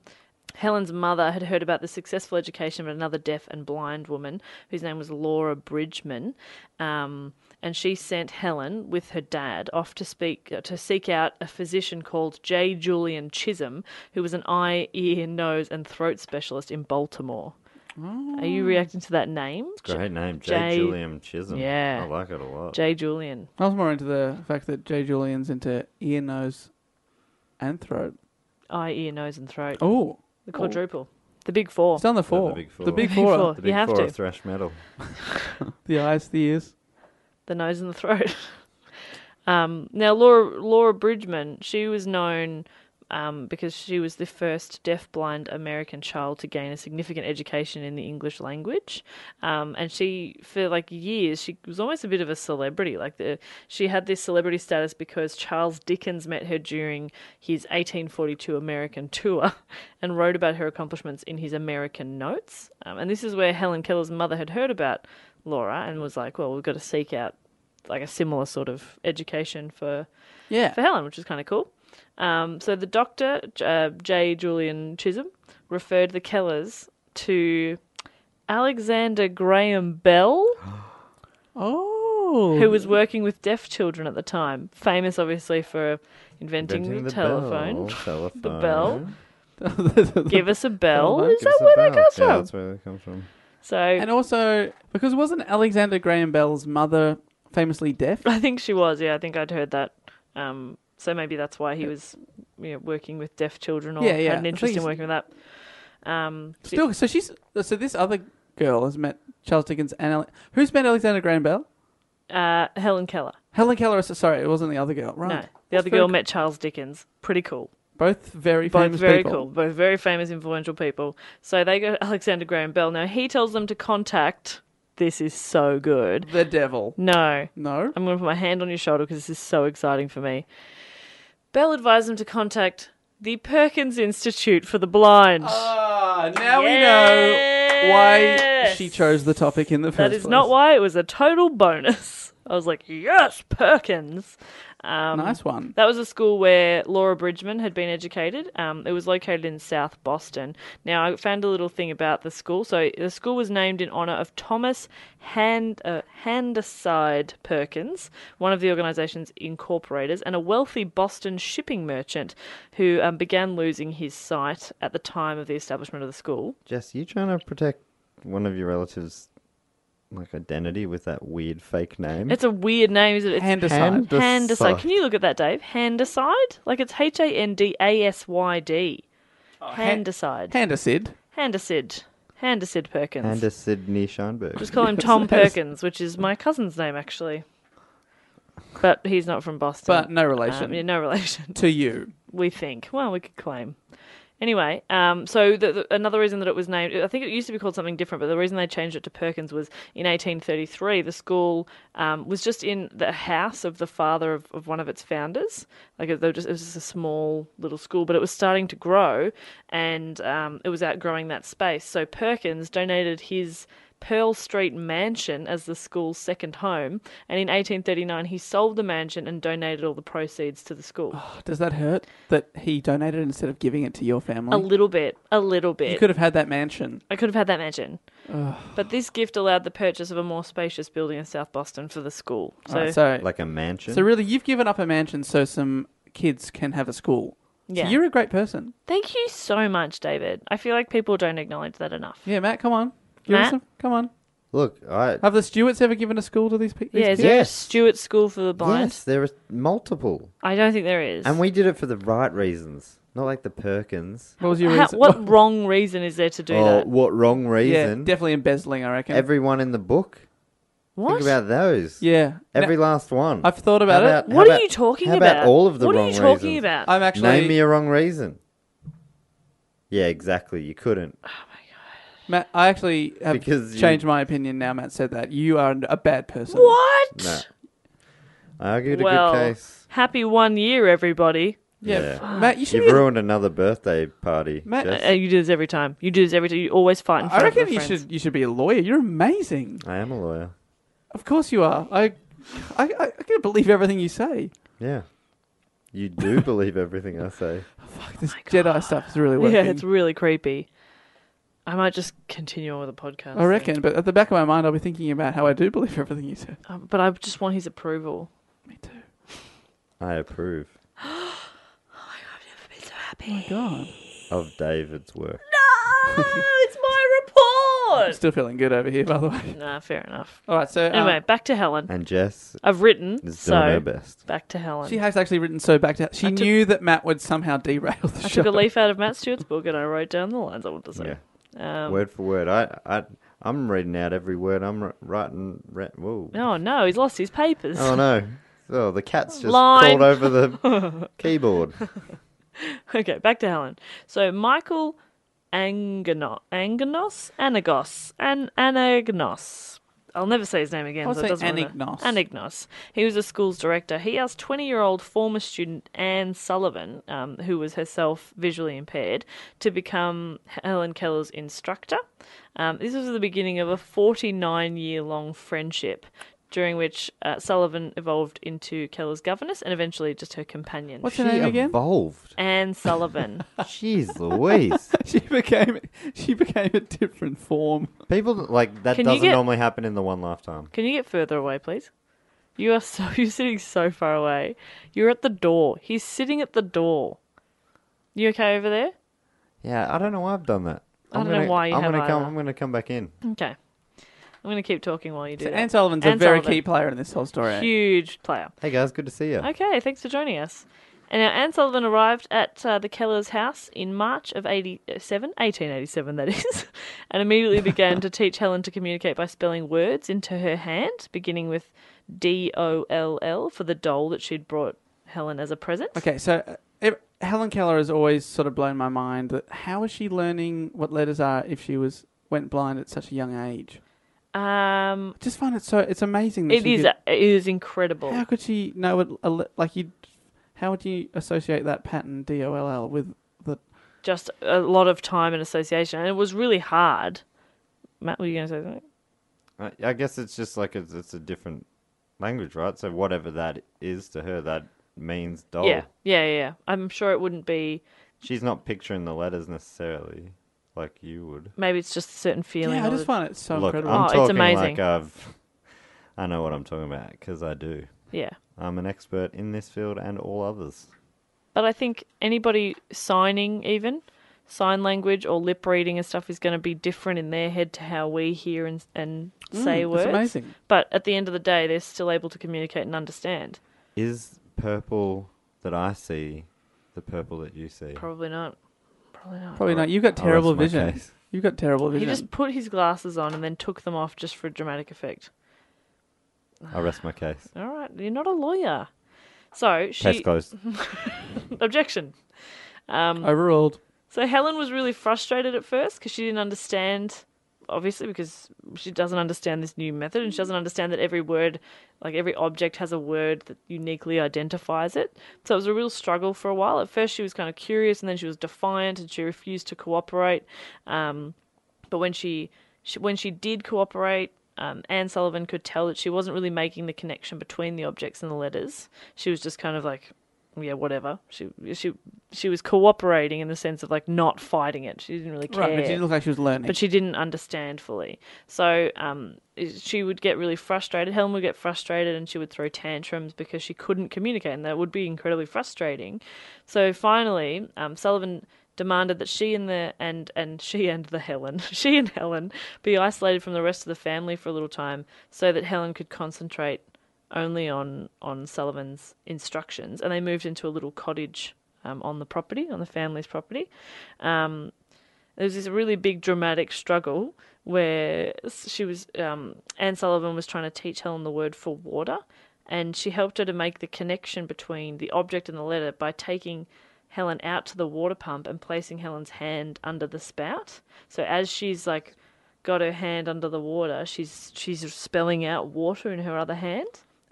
Helen's mother had heard about the successful education of another deaf and blind woman whose name was Laura Bridgman, um, and she sent Helen with her dad off to speak uh, to seek out a physician called J. Julian Chisholm, who was an eye, ear, nose, and throat specialist in Baltimore. Are you reacting to that name?
Great name, J.
J-
Julian Chisholm.
Yeah.
I like it a lot.
J. Julian.
I was more into the fact that Jay Julian's into ear, nose, and throat.
Eye, ear, nose, and throat.
Oh,
The quadruple. The big four.
it's done the four.
big four.
The big
Big
four.
four.
the big
you have
four
to.
of thrash metal.
The eyes, the ears.
the nose and the throat. um, now, Laura Laura Bridgman, she was known um, because she was the first deafblind American child to gain a significant education in the English language, um, and she for like years she was almost a bit of a celebrity. Like the, she had this celebrity status because Charles Dickens met her during his 1842 American tour, and wrote about her accomplishments in his American Notes. Um, and this is where Helen Keller's mother had heard about Laura and was like, "Well, we've got to seek out like a similar sort of education for
Yeah.
for Helen, which is kind of cool. Um, so the doctor, J- uh, J. Julian Chisholm, referred the Kellers to Alexander Graham Bell,
Oh.
who was working with deaf children at the time, famous obviously for inventing,
Inventing
the,
the
telephone.
bell, telephone.
The bell.
was.
Give us a bell.
Telephone.
Is
Give us
that
a
where that
bell.
comes
Yeah,
from?
that's where that comes from.
So
and also, because wasn't Alexander Graham Bell's mother famously deaf?
I think she was. Yeah, I think I'd heard that. Um, so maybe that's why he was you know, working with deaf children or
Yeah, yeah.
had an
I
interest
think
in
he's-
working with that. Um,
Still, so she's so this other girl has met Charles Dickens and Ale- who's met Alexander Graham Bell?
uh, Helen Keller.
Helen Keller. is- Sorry, it wasn't the other girl. Right.
No, the
That's
other
very
girl
cool.
met Charles Dickens. Pretty cool.
both very
Both
famous
very
people.
cool. Both very famous, influential people. So they go to Alexander Graham Bell. Now he tells them to contact. This is so good.
The devil.
No,
No.
I'm going to put my hand on your shoulder because this is so exciting for me. Bell advised them to contact the
Oh.
Perkins Institute for the Blind.
Ah,
Yeah.
now we know why
Yes.
she chose the topic in the first
That
place.
is not why it was a total bonus. I was like, yes, Perkins. Um,
Nice one.
That was a school where Laura Bridgman had been educated. Um, it was located in South Boston. Now, I found a little thing about the school. So, the school was named in honor of Thomas Hand, uh, Handaside Perkins, one of the organization's incorporators, and a wealthy Boston shipping merchant who um, began losing his sight at the time of the establishment of the school.
Jess, you trying to protect one of your relatives' like identity with that weird fake
Hmm.
name?
It's a weird name, isn't it? It's
Handicide.
Handicide.
Handicide.
Can you look at that, Dave? Handicide? Like it's H A N D A S Y D. Handicide.
Handa Sid.
Handicid. Handicid Perkins.
and a Sydney Scheinberg.
Just call him Tom Perkins, which is my cousin's name actually. But he's not from Boston.
But no
Um,
relation
yeah, no relation
to you.
we think. Well, we could claim. Anyway, um, so the, the, another reason that it was named, I think it used to be called something different, but the reason they changed it to Perkins was in 1833, the school um, was just in the house of the father of, of one of its founders. Like it, they were just, it was just a small little school, but it was starting to grow and um, it was outgrowing that space. So Perkins donated his Pearl Street mansion as the school's second home, and in 1839 he sold the mansion and donated all the proceeds to the school.
Does that hurt that he donated instead of giving it to your
A
family?
little bit, a little
You
bit.
could have had that mansion.
I could have had that mansion. But this gift allowed the purchase of a more spacious building in South Boston for the school.
Ah,
So,
Alright, so,
like a mansion.
so really, you've given up a mansion so some kids can have a school.
Yeah.
So you're a great person.
thank you so much, David. I feel like people don't acknowledge that enough.
Yeah, Matt, come on. Give
Matt?
us some. Come on.
Look, I
Have the Stewarts ever given a school to these people?
Yeah, is there a Stewart School for the Blind?
yes, there are multiple,
I don't think there is.
and we did it for the right reasons, not like the Perkins.
What was your
Ha-
reason?
what wrong reason is there to do
oh,
that?
what wrong
yeah,
reason?
definitely embezzling, I reckon.
Everyone in the book.
What?
Think about those.
yeah.
Every
Now,
last one.
I've thought about,
How
it.
about-
what
how
are you talking
how
about?
about all of the
What are
wrong
you talking
reasons?
about?
I'm actually.
Name me a wrong reason. Yeah, exactly. You couldn't.
Matt, I actually have
Because you-
changed my opinion now. Matt said that you are a bad person.
what?
No. I argued
Well,
a good case.
happy one year, everybody.
Yeah,
Yeah.
Matt, you should.
You've
be-
ruined another birthday party.
Matt,
Jess.
Uh, you do this every time. You do this every time. You always fight. In
I
front of
reckon
your
you
friends.
should. You should be a lawyer. You're amazing.
I am a lawyer.
Of course you are. I, I, I, I can't believe everything you say.
Yeah. You do believe everything I say.
Fuck, this Jedi stuff is really working.
Oh Yeah, it's really creepy. I might just continue on with the podcast.
I reckon, but at the back of my mind, I'll be thinking about how I do believe everything you said.
thing. Um, but I just want his approval.
Me too.
I approve
I've been so happy.
God,
of David's work.
No, it's my report.
still feeling good over here, by the way.
nah, fair enough.
All right, so um,
Anyway, back to Helen.
And Jess
I've written,
is doing her
so
best.
back to Helen.
um, she has actually written so back to. She
I took-
knew that Matt would somehow derail the
I
show.
took a leaf out of Matt Stewart's book and I wrote down the lines I want to say.
Yeah.
Um,
word for word. I, I, I'm reading out every word. I'm ri- writing. Re- whoa.
Oh no, he's lost his papers.
Oh, no. Oh, the cat's just
Line.
crawled over the keyboard.
okay, back to Helen. So Michael Anganos, Anganos, Anagos, An Anagnos. I'll never say his name again.
I'll
so
say
it doesn't matter.
Anagnos.
Anagnos. He was a school's director. He asked 20 year old former student Anne Sullivan, um, who was herself visually impaired, to become Helen Keller's instructor. Um, this was the beginning of a 49 year long friendship. During which uh, Sullivan evolved into Keller's governess and eventually just her companion.
What's her
She
name again?
evolved.
Anne Sullivan.
Jeez Louise.
She became. She became a different form.
People, like, that
Can you
doesn't
get-
normally happen in the one lifetime.
Can you get further away, please? You are so you're sitting so far away. You're at the door. He's sitting at the door. You okay over there?
Yeah, I don't know why I've done that.
I
I'm
don't know
gonna-
why you
I'm
have
gonna come.
either.
I'm going to come back in.
Okay. I'm gonna keep talking while you do
So
that.
Anne Sullivan's
Anne
a very
Sullivan,
key player in this whole story. eh?
huge player.
Hey guys, good to see you.
Okay, thanks for joining us. And now Anne Sullivan arrived at uh, the Keller's house in March of 87, 1887 that is, and immediately began to teach Helen to communicate by spelling words into her hand, beginning with D-O-L-L for the doll that she'd brought Helen as a present.
Okay, so uh, ev- Helen Keller has always sort of blown my mind. That how is she learning what letters are if she was went blind at such a young age?
Um,
I just find it so it's amazing. That
it
she
is
could-
it is incredible.
how could she know what a le- like you? How would you associate that pattern D O L L with the?
Just a lot of time and association, and it was really hard. Matt, were you going to say something?
I, I guess it's just like it's, it's a different language, right? So whatever that is to her, that means doll.
Yeah, yeah, yeah, yeah. I'm sure it wouldn't be.
She's not picturing the letters necessarily, like you would.
Maybe it's just a certain feeling.
Yeah, I
or
just
the-
find it so
Look,
incredible.
I'm
Oh, it's
talking like
amazing.
I've, I know what I'm talking about because I do.
yeah.
I'm an expert in this field and all others.
But I think anybody signing, even sign language or lip reading and stuff, is going to be different in their head to how we hear and and say
Mm, that's
words.
amazing.
But at the end of the day, they're still able to communicate and understand.
Is purple that I see the purple that you see?
Probably not. Probably not.
Probably not. You've got terrible
rest my
vision.
case.
You've got terrible
He
vision.
just put his glasses on and then took them off just for dramatic effect.
I rest my case.
All right, you're not a lawyer. So
Case
she
closed.
objection. Um,
Oh. Overruled.
So Helen was really frustrated at first because she didn't understand, obviously, because she doesn't understand this new method and she doesn't understand that every word, like every object, has a word that uniquely identifies it. So it was a real struggle for a while. At first, she was kind of curious and then she was defiant and she refused to cooperate. Um, but when she, she when she did cooperate, um, Anne Sullivan could tell that she wasn't really making the connection between the objects and the letters. She was just kind of like, yeah, whatever. She she she was cooperating in the sense of like not fighting it. She didn't really care
Right, but she didn't look like she was learning.
but she didn't understand fully. So um, she would get really frustrated. Helen would get frustrated and she would throw tantrums because she couldn't communicate, and that would be incredibly frustrating. So finally, um, Sullivan demanded that she and the and and she and the Helen, she and Helen, be isolated from the rest of the family for a little time, so that Helen could concentrate only on on Sullivan's instructions. And they moved into a little cottage. Um, on the property, on the family's property, um, there was this really big dramatic struggle where she was um, Anne Sullivan was trying to teach Helen the word for water, and she helped her to make the connection between the object and the letter by taking Helen out to the water pump and placing Helen's hand under the spout. So as she's like got her hand under the water, she's she's spelling out water in her other hand.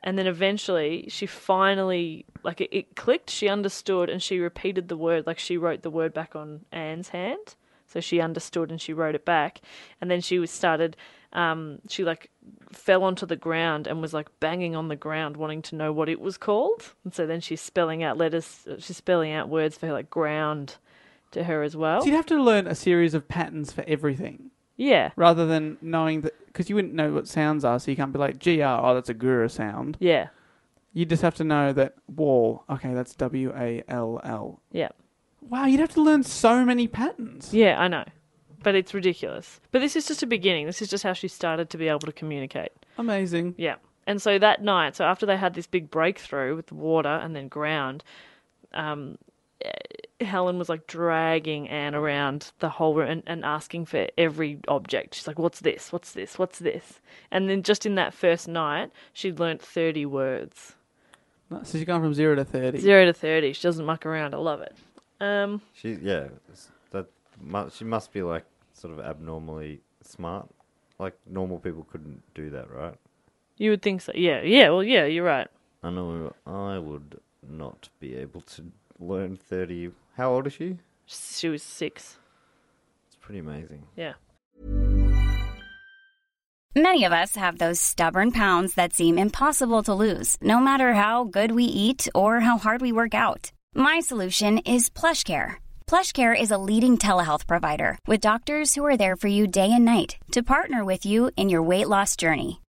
And then eventually she finally like it, it clicked, she understood and she repeated the word like she wrote the word back on Anne's hand. So she understood and she wrote it back. And then she was started um she like fell onto the ground and was like banging on the ground wanting to know what it was called. And so then she's spelling out letters she's spelling out words for like ground to her as well.
So you'd have to learn a series of patterns for everything
yeah.
rather than knowing that. Because you wouldn't know what sounds are, so you can't be like, GR, oh, that's a guru sound.
Yeah.
You just have to know that wall, okay, that's W A L L.
Yeah.
Wow, you'd have to learn so many patterns.
Yeah, I know. But it's ridiculous. But this is just a beginning. This is just how she started to be able to communicate.
Amazing.
Yeah. And so that night, so after they had this big breakthrough with the water and then ground, um, eh, Helen was like dragging Anne around the whole room and, and asking for every object. She's like, "What's this? What's this? What's this?" And then just in that first night, she'd learnt thirty words,
So you've gone from zero to 30.
zero to thirty. She doesn't muck around. I love it. Um,
She yeah, s- that mu- she must be like sort of abnormally smart. Like normal people couldn't do that, right?
you would think so. Yeah. Yeah. Well, yeah. You're right.
I know I would not be able to learn thirty. How old is she?
She was six.
It's pretty amazing.
Yeah.
Many of us have those stubborn pounds that seem impossible to lose, no matter how good we eat or how hard we work out. My solution is PlushCare. PlushCare is a leading telehealth provider with doctors who are there for you day and night to partner with you in your weight loss journey.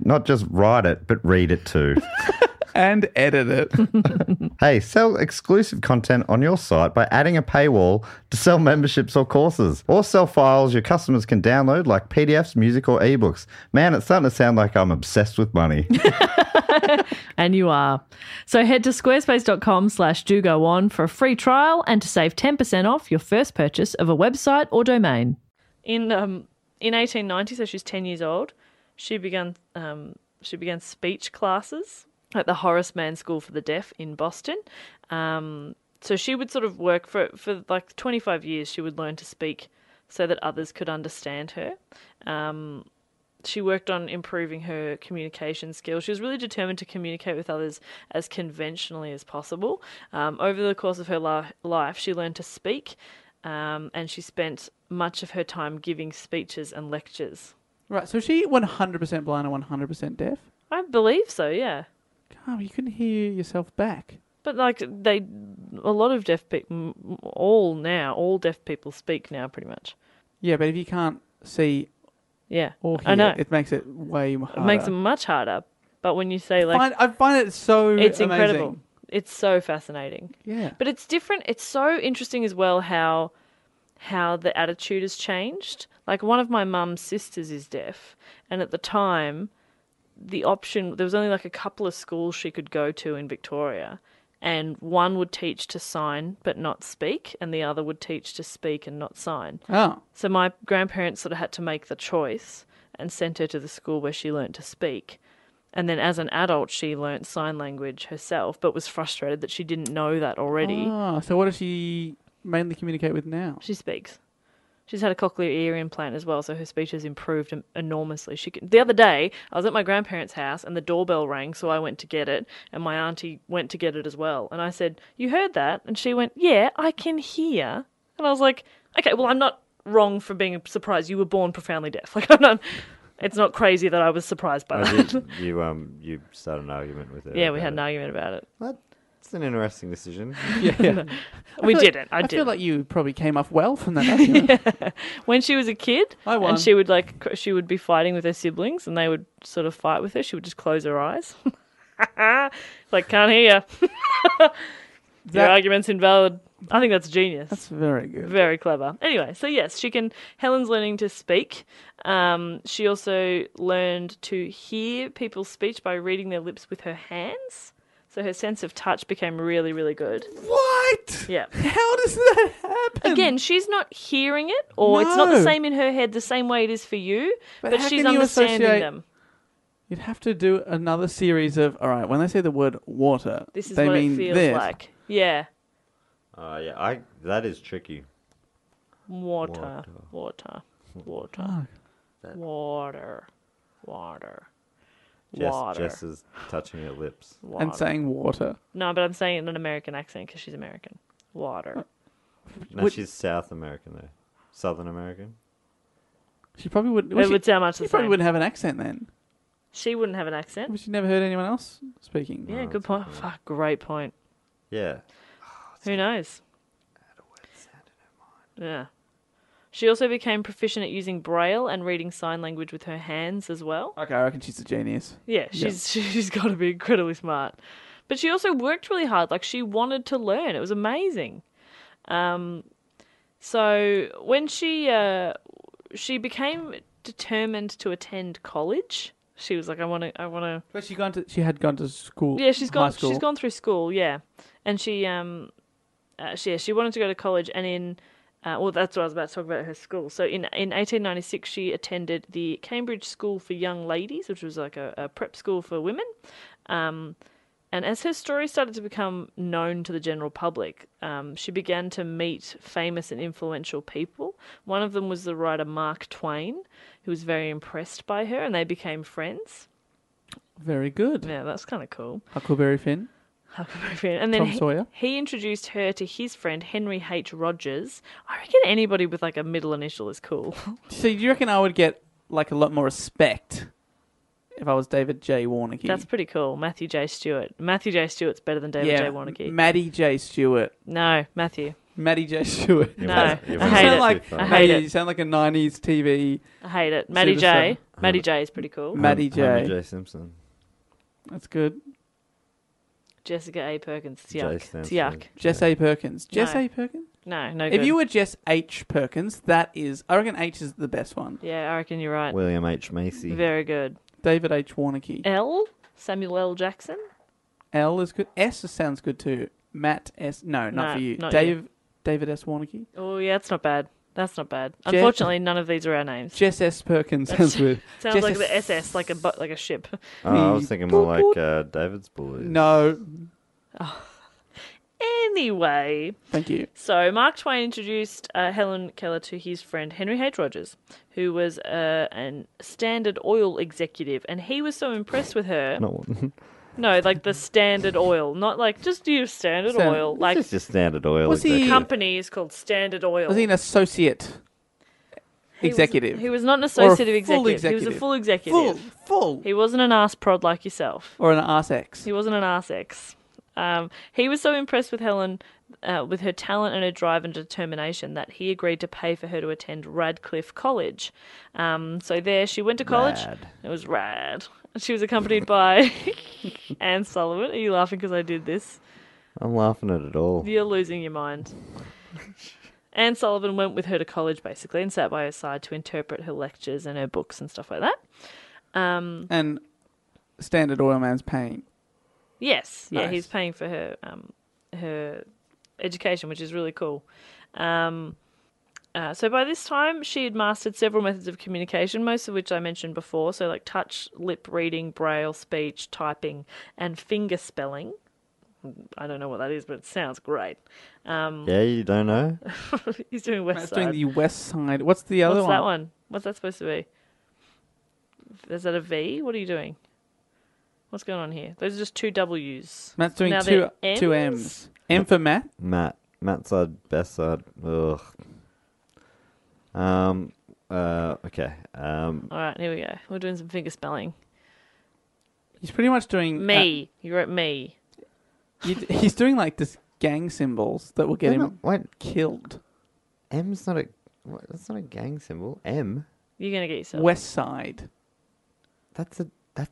not just write it, but read it too.
and edit it.
hey, sell exclusive content on your site by adding a paywall to sell memberships or courses, or sell files your customers can download like PDFs, music, or ebooks. Man, it's starting to sound like I'm obsessed with money.
And you are. So head to squarespace.com slash do go on for a free trial and to save 10% off your first purchase of a website or domain. In, um, in 1890, so she's 10 years old, she began, um, she began speech classes at the Horace Mann School for the Deaf in Boston. Um, so she would sort of work for, for like 25 years, she would learn to speak so that others could understand her. Um, she worked on improving her communication skills. She was really determined to communicate with others as conventionally as possible. Um, over the course of her li- life, she learned to speak, um, and she spent much of her time giving speeches and lectures.
Right, so is she 100% blind and 100% deaf?
I believe so, yeah.
Oh, you couldn't hear yourself back.
But like they, a lot of deaf people, all now, all deaf people speak now, pretty much.
Yeah, but if you can't see
Yeah,
or hear,
I know.
it makes it way harder.
it makes it much harder. But when you say like,
find, I find it so
it's
amazing.
incredible. It's so fascinating.
Yeah.
But it's different. It's so interesting as well how how the attitude has changed. Like one of my mum's sisters is deaf, and at the time, the option there was only like a couple of schools she could go to in Victoria, and one would teach to sign but not speak, and the other would teach to speak and not sign.
Oh,
So my grandparents sort of had to make the choice and sent her to the school where she learnt to speak. And then as an adult, she learnt sign language herself, but was frustrated that she didn't know that already.
Ah, so what does she mainly communicate with now?
She speaks. She's had a cochlear ear implant as well, so her speech has improved em- enormously. She can, the other day, I was at my grandparents' house and the doorbell rang, so I went to get it, and my auntie went to get it as well. And I said, "You heard that?" And she went, "Yeah, I can hear." And I was like, "Okay, well, I'm not wrong for being surprised. You were born profoundly deaf. Like, I'm not. It's not crazy that I was surprised by
Oh,
that."
did you um you started an argument with her.
yeah, we
about
had an
it.
argument about it.
That's an interesting decision.
we
feel like-
didn't. I,
I feel
didn't.
like you probably came off well from that argument.
when she was a kid,
I won.
and she would like cr- she would be fighting with her siblings, and they would sort of fight with her. She would just close her eyes, like can't hear. you. Your
That-
argument's invalid. I think that's genius.
That's very good.
Very clever. Anyway, so yes, she can. Helen's learning to speak. Um, she also learned to hear people's speech by reading their lips with her hands. So her sense of touch became really, really good.
What?
Yeah.
How does that happen?
Again, she's not hearing it, or it's not the
No.
same in her head the same way it is for you,
But
but,
how
she's
can you
understanding
associate-
them.
You'd have to do another series of. All right, when they say the word water,
This is
they
what
mean
it feels
this.
like. Yeah.
Uh, yeah, I that is tricky.
Water, water,
Hmm.
Oh.
water, water, water,
Jess,
water.
Jess is touching her lips.
water.
And saying water.
no, but I'm saying it in an American accent because she's American. Water.
No,
Would-
she's South American though. Southern American.
She probably wouldn't.
It
she,
would sound much
she
the
probably
same.
wouldn't have an accent then.
She wouldn't have an accent.
But she never heard anyone else speaking.
Yeah, good point. Fuck, great point.
Yeah.
Who knows? Yeah. She also became proficient at using braille and reading sign language with her hands as well.
Okay, I reckon she's a genius.
Yeah, she's she's got to be incredibly smart. But she also worked really hard. Like she wanted to learn. It was amazing. Um, so when she uh, she became determined to attend college, she was like, "I want to. I want to."
But she gone to. She had gone to school.
Yeah, she's
high
gone.
School.
She's gone through school. Yeah, and she um, uh, she yeah, she wanted to go to college, and in uh, well, that's what I was about to talk about her school. So in in 1896, she attended the Cambridge School for Young Ladies, which was like a, a prep school for women. Um, and as her story started to become known to the general public, um, she began to meet famous and influential people. One of them was the writer Mark Twain, who was very impressed by her, and they became friends.
Very good.
Yeah, that's kind of cool.
Huckleberry Finn.
Appropriate. And then
Tom
he,
Sawyer?
he introduced her to his friend Henry H. Rogers. I reckon anybody with like a middle initial is cool.
So do you reckon I would get like a lot more respect if I was David J. Warnicky?
That's pretty cool. Matthew J. Stewart. Matthew J. Stewart's better than David J. Warnicky.
Maddie J. Stewart.
no, Matthew.
Maddie J. Stewart.
No,
was-
I
it
hate
was
sound
it.
like
I
Maddie,
hate it.
You sound like a '90s TV
I hate it. Maddie J. Maddie J. is pretty cool.
Maddie
Homer
J.
Um, J. Simpson.
That's good.
Jessica A. Perkins. It's
J
yuck.
stands
It's
for-
yuck.
Jess A. Perkins. Jess
No.
A. Perkins.
No, no good.
If you were Jess H. Perkins, that is. I reckon H is the best one.
yeah, I reckon you're right.
William H. Macy.
Very good.
David H. Warnicky.
L. Samuel L. Jackson.
L is good. S sounds good too. Matt S. No, not
No,
for you.
not
Dave. David S. Warnicky.
Oh yeah, that's not bad. That's not bad.
Jeff-
Unfortunately, none of these are our names.
Jess S. Perkins sounds good.
Sounds
Jess
like the SS, like a bo- like a ship.
Oh, I was thinking more like uh, David's Bullies.
No,
Anyway,
thank you.
so Mark Twain introduced uh, Helen Keller to his friend Henry H. Rogers, who was uh, an Standard Oil executive, and he was so impressed with her.
Not one.
No, like the Standard Oil, not like just use Standard
Stan-
Oil, like
it's just standard oil.
Was he-
executive.
company is called Standard Oil.
I think an associate
He was-
executive.
he was not an
Or a
associative
full
executive. He was a full
Full,
executive.
full.
He wasn't an ass prod like yourself.
Or an arse ex.
He wasn't an arse ex. Um, he was so impressed with Helen, uh, with her talent and her drive and determination, that he agreed to pay for her to attend Radcliffe College. Um, so there, she went to college.
Rad.
It was rad. She was accompanied by Anne Sullivan. Are you laughing because I did this?
I'm laughing at it all.
You're losing your mind. Anne Sullivan went with her to college basically and sat by her side to interpret her lectures and her books and stuff like that. Um,
And standard oil man's paying.
Yes, yeah,
Nice.
he's paying for her um, her education, which is really cool. Um, uh, so by this time, she had mastered several methods of communication, most of which I mentioned before, so like touch, lip reading, braille, speech, typing, and finger spelling. I don't know what that is, but it sounds great. Um,
Yeah, you don't know?
He's doing West
That's doing
Side.
the west side. What's the other
What's
one?
that one? What's that supposed to be? Is that a V? What are you doing? What's going on here? Those are just two W's.
Matt's doing
Now
two
they're
two
Ms?
M's. M for Matt.
Matt. Matt side, best side. Ugh. Um. Uh. Okay. Um.
All right, here we go. We're doing some finger spelling.
He's pretty much doing uh,
Me. you wrote me.
he- he's doing like this gang symbols that will get
Wait,
him
no, wait.
killed.
M's not a. What, that's not a gang symbol. M.
You're going to get yourself.
West side.
That's a. That.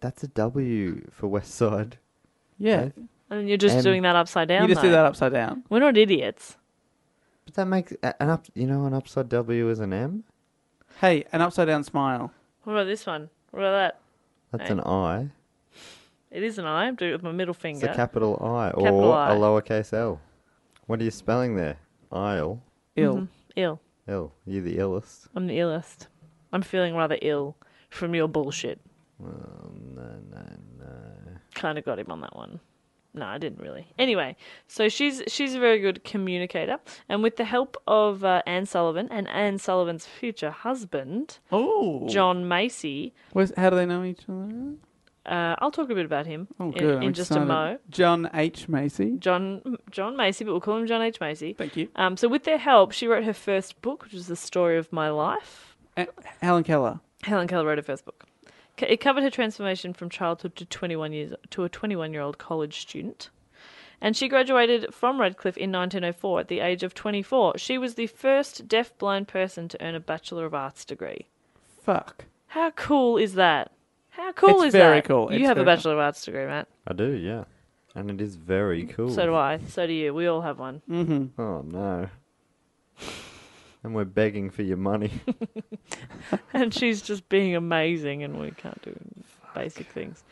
That's a W for West Side.
Yeah,
and you're just
M.
doing that upside down.
you just
though.
did that upside down.
We're not idiots.
But that makes a- an up. You know, an upside W is an M.
Hey, an upside down smile.
What about this one? What about that?
That's an I.
It is an I. I'm doing it with my middle
It's
finger.
a capital I or
Capital I.
a lowercase L. What are you spelling there? Isle.
Ill.
Ill.
Ill. You're the illest.
I'm the illest. I'm feeling rather ill from your bullshit.
No, no, no.
kind of got him on that one. No, I didn't really. Anyway, so she's she's a very good communicator, and with the help of uh, Anne Sullivan and Anne Sullivan's future husband,
Oh.
John Macy,
Where's, how do they know each other?
uh, I'll talk a bit about him
Oh,
in,
good. I'm
in just a
excited.
mo.
John H. Macy.
John John Macy, but we'll call him John H Macy.
Thank you.
Um, so with their help, she wrote her first book, which was the story of my life.
A- Helen Keller.
Helen Keller wrote her first book. C- It covered her transformation from childhood to 21 years to a 21 year old college student. And she graduated from Radcliffe in 1904 at the age of 24. She was the first deaf-blind person to earn a Bachelor of Arts degree.
Fuck.
How cool is that? How cool
It's
is
very
that?
cool.
You
It's
have a
very
Bachelor of Arts degree, Matt.
I do, yeah. And it is very cool.
So do I. So do you. We all have one.
Oh no. And we're begging for your money.
and she's just being amazing, and we can't do basic things.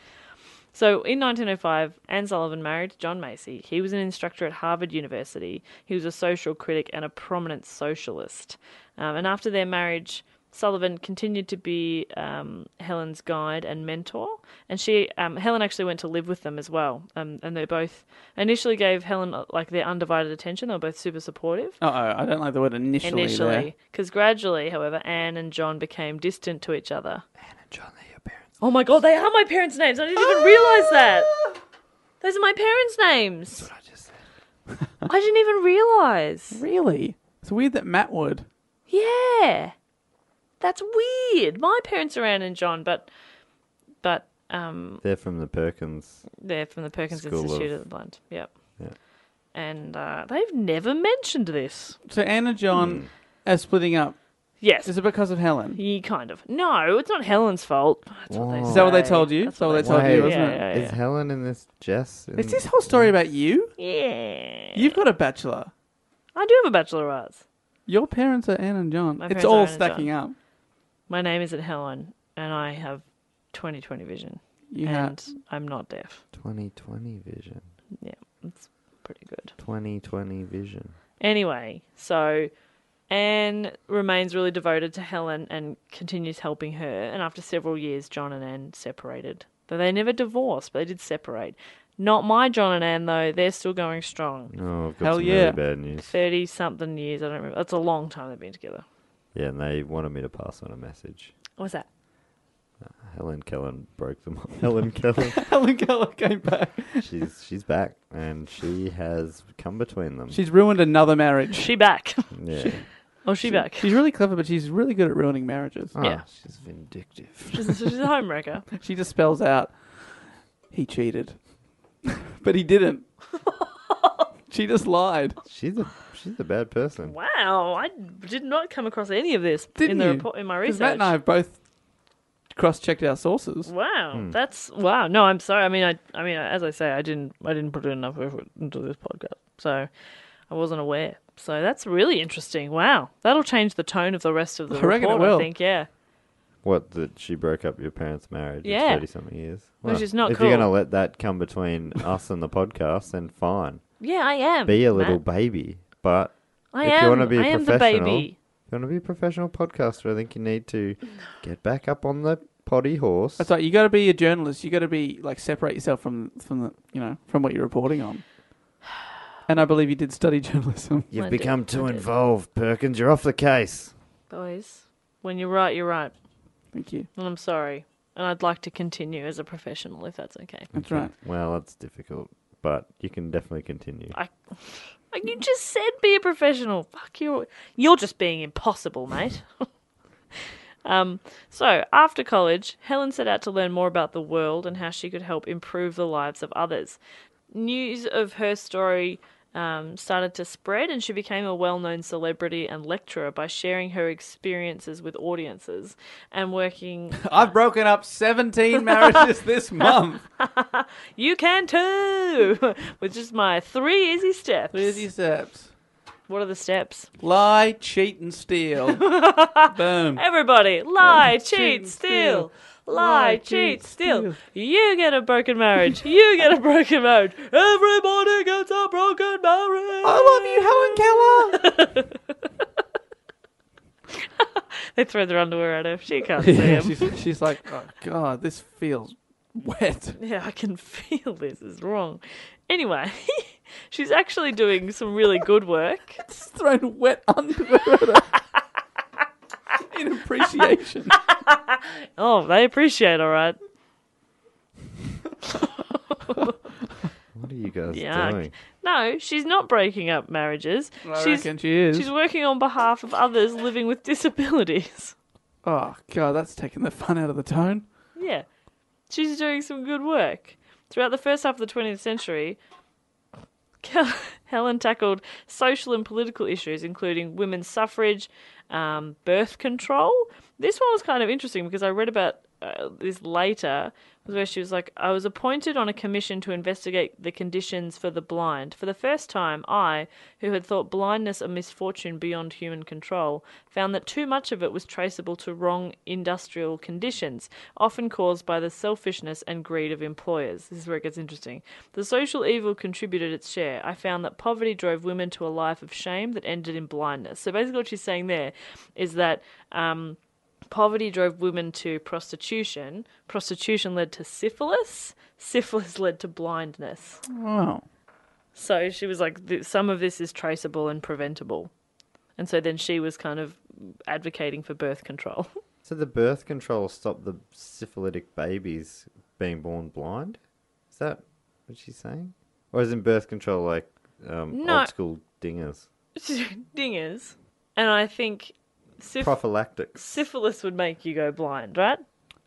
So in 1905, Anne Sullivan married John Macy. He was an instructor at Harvard University. He was a social critic and a prominent socialist. Um, and after their marriage, Sullivan continued to be um, Helen's guide and mentor. And she, um, Helen, actually went to live with them as well. Um, and they both initially gave Helen uh, like their undivided attention. They were both super supportive.
Uh oh, I don't like the word initially.
Initially, because gradually, however, Anne and John became distant to each other. Anne and John, they're your parents. Oh my god, they are my parents' names. I didn't even realize that. Those are my parents' names. That's what I just said. I didn't even realize.
Really? It's weird that Matt would.
Yeah, that's weird. My parents are Anne and John, but but um,
They're from the Perkins.
they're from the Perkins
School of-
Institute of the Blind. Yep.
Yeah.
And uh, they've never mentioned this.
So Anne and John are splitting up.
Yes.
Is it because of Helen?
Ye kind of. No, it's not Helen's fault. Oh, That's what they
Whoa.
Is that what they
say.
told you?
That's
Is that what they
they
told
say.
you,
Why?
wasn't
Yeah,
it?
yeah,
Is Helen in this Jess? In,
It's this whole story about you.
Yeah.
You've got a bachelor.
I do have a Bachelor of Arts.
Your parents are Anne and John.
My
it's
parents are
all
Anne and
stacking up.
My name isn't Helen, and I have 2020 vision.
You
and
have
I'm not deaf.
2020 vision.
Pretty good.
2020 vision.
Anyway, so Anne remains really devoted to Helen and continues helping her. And after several years, John and Anne separated. Though they never divorced, but they did separate. Not my John and Anne, though. They're still going strong.
Oh, I've got
Hell
some
yeah.
really bad news.
30 something years, I don't remember. That's a long time they've been together.
Yeah, and they wanted me to pass on a message.
What's that?
Helen Kellen broke them off. Helen Kellen.
Helen Keller came back.
she's she's back, and she has come between them.
She's ruined another marriage.
She back.
yeah.
oh, she back.
She's really clever, but she's really good at ruining marriages.
Oh,
Yeah.
She's vindictive.
She's, she's a homewrecker.
She just spells out, he cheated, but he didn't. she just lied.
She's a she's a bad person.
Wow, I did not come across any of this in
Didn't
the
you?
report in my
'Cause
research.
Matt and I have both cross-checked our sources.
Wow,
Hmm.
that's wow. No, I'm sorry. I mean, I, I mean, as I say, I didn't, I didn't put enough effort into this podcast, so I wasn't aware. So that's really interesting. Wow, that'll change the tone of the rest of the
I reckon it
report. I
will.
think, yeah.
What that she broke up your parents' marriage
Yeah.
in thirty something years.
Which is not
if you're gonna
cool.
let that come between us and the podcast, then fine.
Yeah, I am.
Be a little
Matt.
baby. But
I
if
am.
you wanna be a
I am the
professional,
baby.
if you want to be a professional podcaster, I think you need to get back up on the potty horse.
That's right. You got to be a journalist. You got to be like separate yourself from from the you know from what you're reporting on. And I believe you did study journalism.
You've
I did,
become too
I did.
involved, Perkins. You're off the case.
Boys, when you're right, you're right,
Thank you.
and I'm sorry. And I'd like to continue as a professional, if that's okay.
That's right.
Well, that's difficult, but you can definitely continue.
I, like you just said, be a professional. Fuck you. You're just being impossible, mate. um. So after college, Helen set out to learn more about the world and how she could help improve the lives of others. News of her story. Um, started to spread, and she became a well known celebrity and lecturer by sharing her experiences with audiences and working.
I've broken up 17 marriages this month.
you can too! with just my three easy steps.
Three easy steps.
What are the steps?
Lie, cheat, and steal. Boom.
Everybody, lie,
cheat,
cheat,
and
steal.
steal.
Lie, cheat, steal. You get a broken marriage. You get a broken marriage. Everybody gets a broken marriage.
I love you, Helen Keller.
They throw their underwear at her. She can't see him.
she's, she's like, oh, God, this feels wet.
Yeah, I can feel this is wrong. Anyway, she's actually doing some really good work.
It's thrown wet underwear at her. In appreciation.
Oh, they appreciate, all right.
What are you guys
Yuck.
doing?
No, she's not breaking up marriages.
I
she's
reckon she is.
she's working on behalf of others living with disabilities.
Oh, God, that's taking the fun out of the tone.
Yeah. She's doing some good work. Throughout the first half of the 20th century, Kel- Helen tackled social and political issues, including women's suffrage, um, birth control. This one was kind of interesting because I read about uh, this later, was where she was like, I was appointed on a commission to investigate the conditions for the blind. For the first time, I, who had thought blindness a misfortune beyond human control, found that too much of it was traceable to wrong industrial conditions, often caused by the selfishness and greed of employers. This is where it gets interesting. The social evil contributed its share. I found that poverty drove women to a life of shame that ended in blindness. So basically, what she's saying there is that. Um, poverty drove women to prostitution. Prostitution led to syphilis. Syphilis led to blindness.
Wow.
So she was like, "Th- some of this is traceable and preventable. And so then she was kind of advocating for birth control.
So the birth control stopped the syphilitic babies being born blind? Is that what she's saying? Or is in birth control like um,
No.
old school dingers?
Dingers. And I think syph-
Prophylactics.
syphilis would make you go blind, right?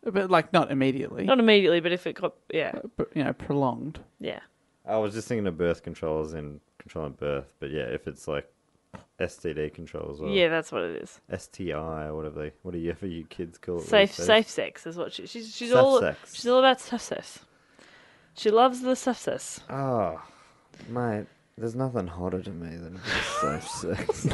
But like not immediately.
Not immediately, but if it got. Yeah.
but, you know, prolonged.
Yeah.
I was just thinking of birth control as in controlling birth, but yeah, if it's like STD control as well.
Yeah, that's what it is.
STI or whatever they, what do you, for you kids call it? these
Safe,
days?
safe sex is what she, she's. She's
Safe
all.
sex.
She's all about safe sex. She loves the safe sex.
Oh, mate, there's nothing hotter to me than just safe sex.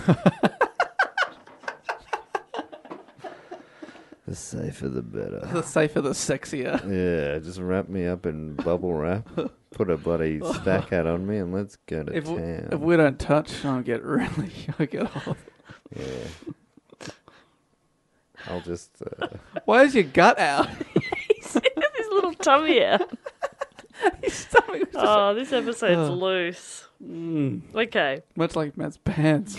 the safer the better.
The safer, the sexier.
Yeah, just wrap me up in bubble wrap, put a bloody stack hat on me, and let's go to
If we,
town.
if we don't touch, I'll get really, I'll get off.
Yeah. I'll just. Uh,
Why is your gut out?
His little tummy out.
His stomach was just
Oh, this episode's loose. Mm. Okay.
much like Matt's pants.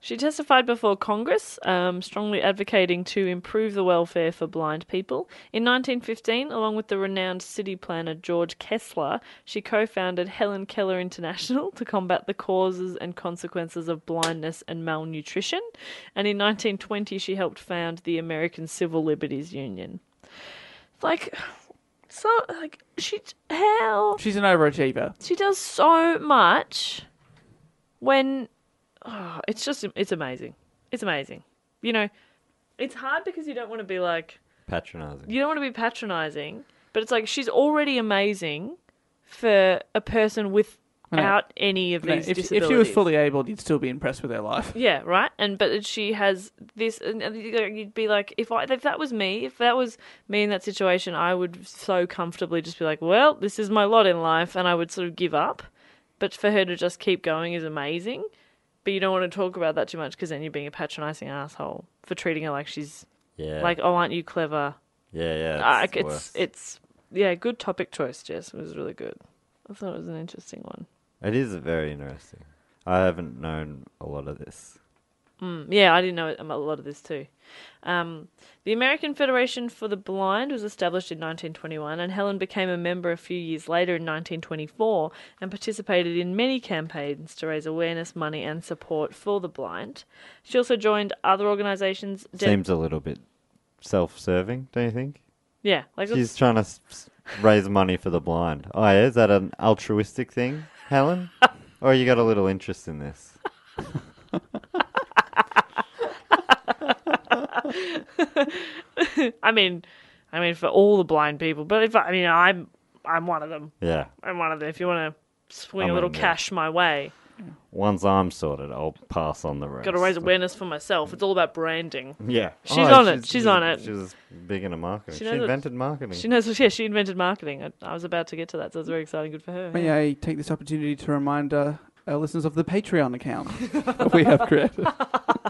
She testified before Congress, um, strongly advocating to improve the welfare for blind people. In 1915, along with the renowned city planner George Kessler, she co founded Helen Keller International to combat the causes and consequences of blindness and malnutrition. And in 1920, she helped found the American Civil Liberties Union. Like, so, like, she, how?
She's an overachiever.
She does so much when oh, it's just it's amazing. It's amazing. You know, it's hard because you don't want to be like
Patronizing.
you don't want to be patronizing, but it's like she's already amazing for a person without any of
No,
these
if, if
disabilities.
she was fully able, you'd still be impressed with her life.
Yeah, right. And but she has this, and and you'd be like, if I if that was me, if that was me in that situation, I would so comfortably just be like, well, this is my lot in life, and I would sort of give up. But for her to just keep going is amazing. But you don't want to talk about that too much because then you're being a patronising asshole for treating her like she's
Yeah.
like, oh, aren't you clever?
yeah, yeah.
Ah, It's it's, it's yeah, good topic choice, Jess. It was really good. I thought it was an interesting one.
It is very interesting. I haven't known a lot of this.
Yeah, I didn't know it- a lot of this too. Um, the American Federation for the Blind was established in 1921, and Helen became a member a few years later in 1924 and participated in many campaigns to raise awareness, money, and support for the blind. She also joined other organizations. de-
Seems a little bit self serving, don't you think?
yeah, like
She's trying to s- s- raise money for the blind. Oh, yeah, is that an altruistic thing, Helen? or you got a little interest in this?
I mean, I mean for all the blind people, but if I, I mean I'm I'm one of them.
Yeah.
I'm one of them. If you want to swing
I'm
a little
in there.
cash my way,
Once I'm sorted, I'll pass on the rest.
got to raise awareness for myself. It's all about branding.
Yeah.
She's on it. She's on it.
She was big into marketing.
She
She,
knows what-
invented marketing.
She knows. Yeah, she invented marketing. I, I was about to get to that, so it's very exciting. Good for her. yeah.
May I take this opportunity to remind uh, our listeners of the Patreon account that we have created?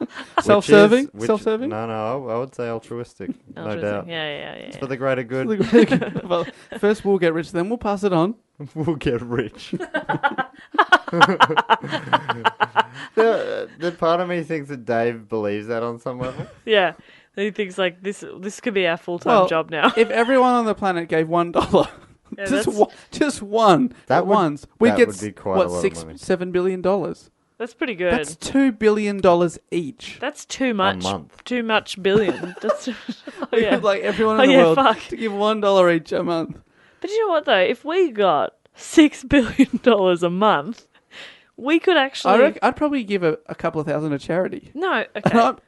Which
Self-serving?
is- which-
Self-serving?
No, no. I, I would say altruistic. no
Altruistic.
doubt.
Yeah, yeah, yeah.
It's for the greater good.
well, first we'll get rich, then we'll pass it on.
we'll get rich. the, the part of me thinks that Dave believes that on some level.
yeah. He thinks like this. This could be our full time
Well,
job now.
if everyone on the planet gave one dollar,
Yeah,
just
that's-
one, just one,
That
at
would-
once, we
that
get
would be
s-
quite
what
a lot of
six,
money.
seven billion dollars.
That's pretty good.
That's
That's,
two billion dollars each.
too much.
month.
Too much billion. That's too, oh,
We
yeah.
would like everyone in
Oh,
the
yeah,
world
fuck.
to give one dollar each a month.
But you know what though? If we got six billion dollars a month, we could
I
actually.
reckon, Uh-huh. I'd probably give a, a couple of thousand to charity.
no.
And
Okay.
I'm,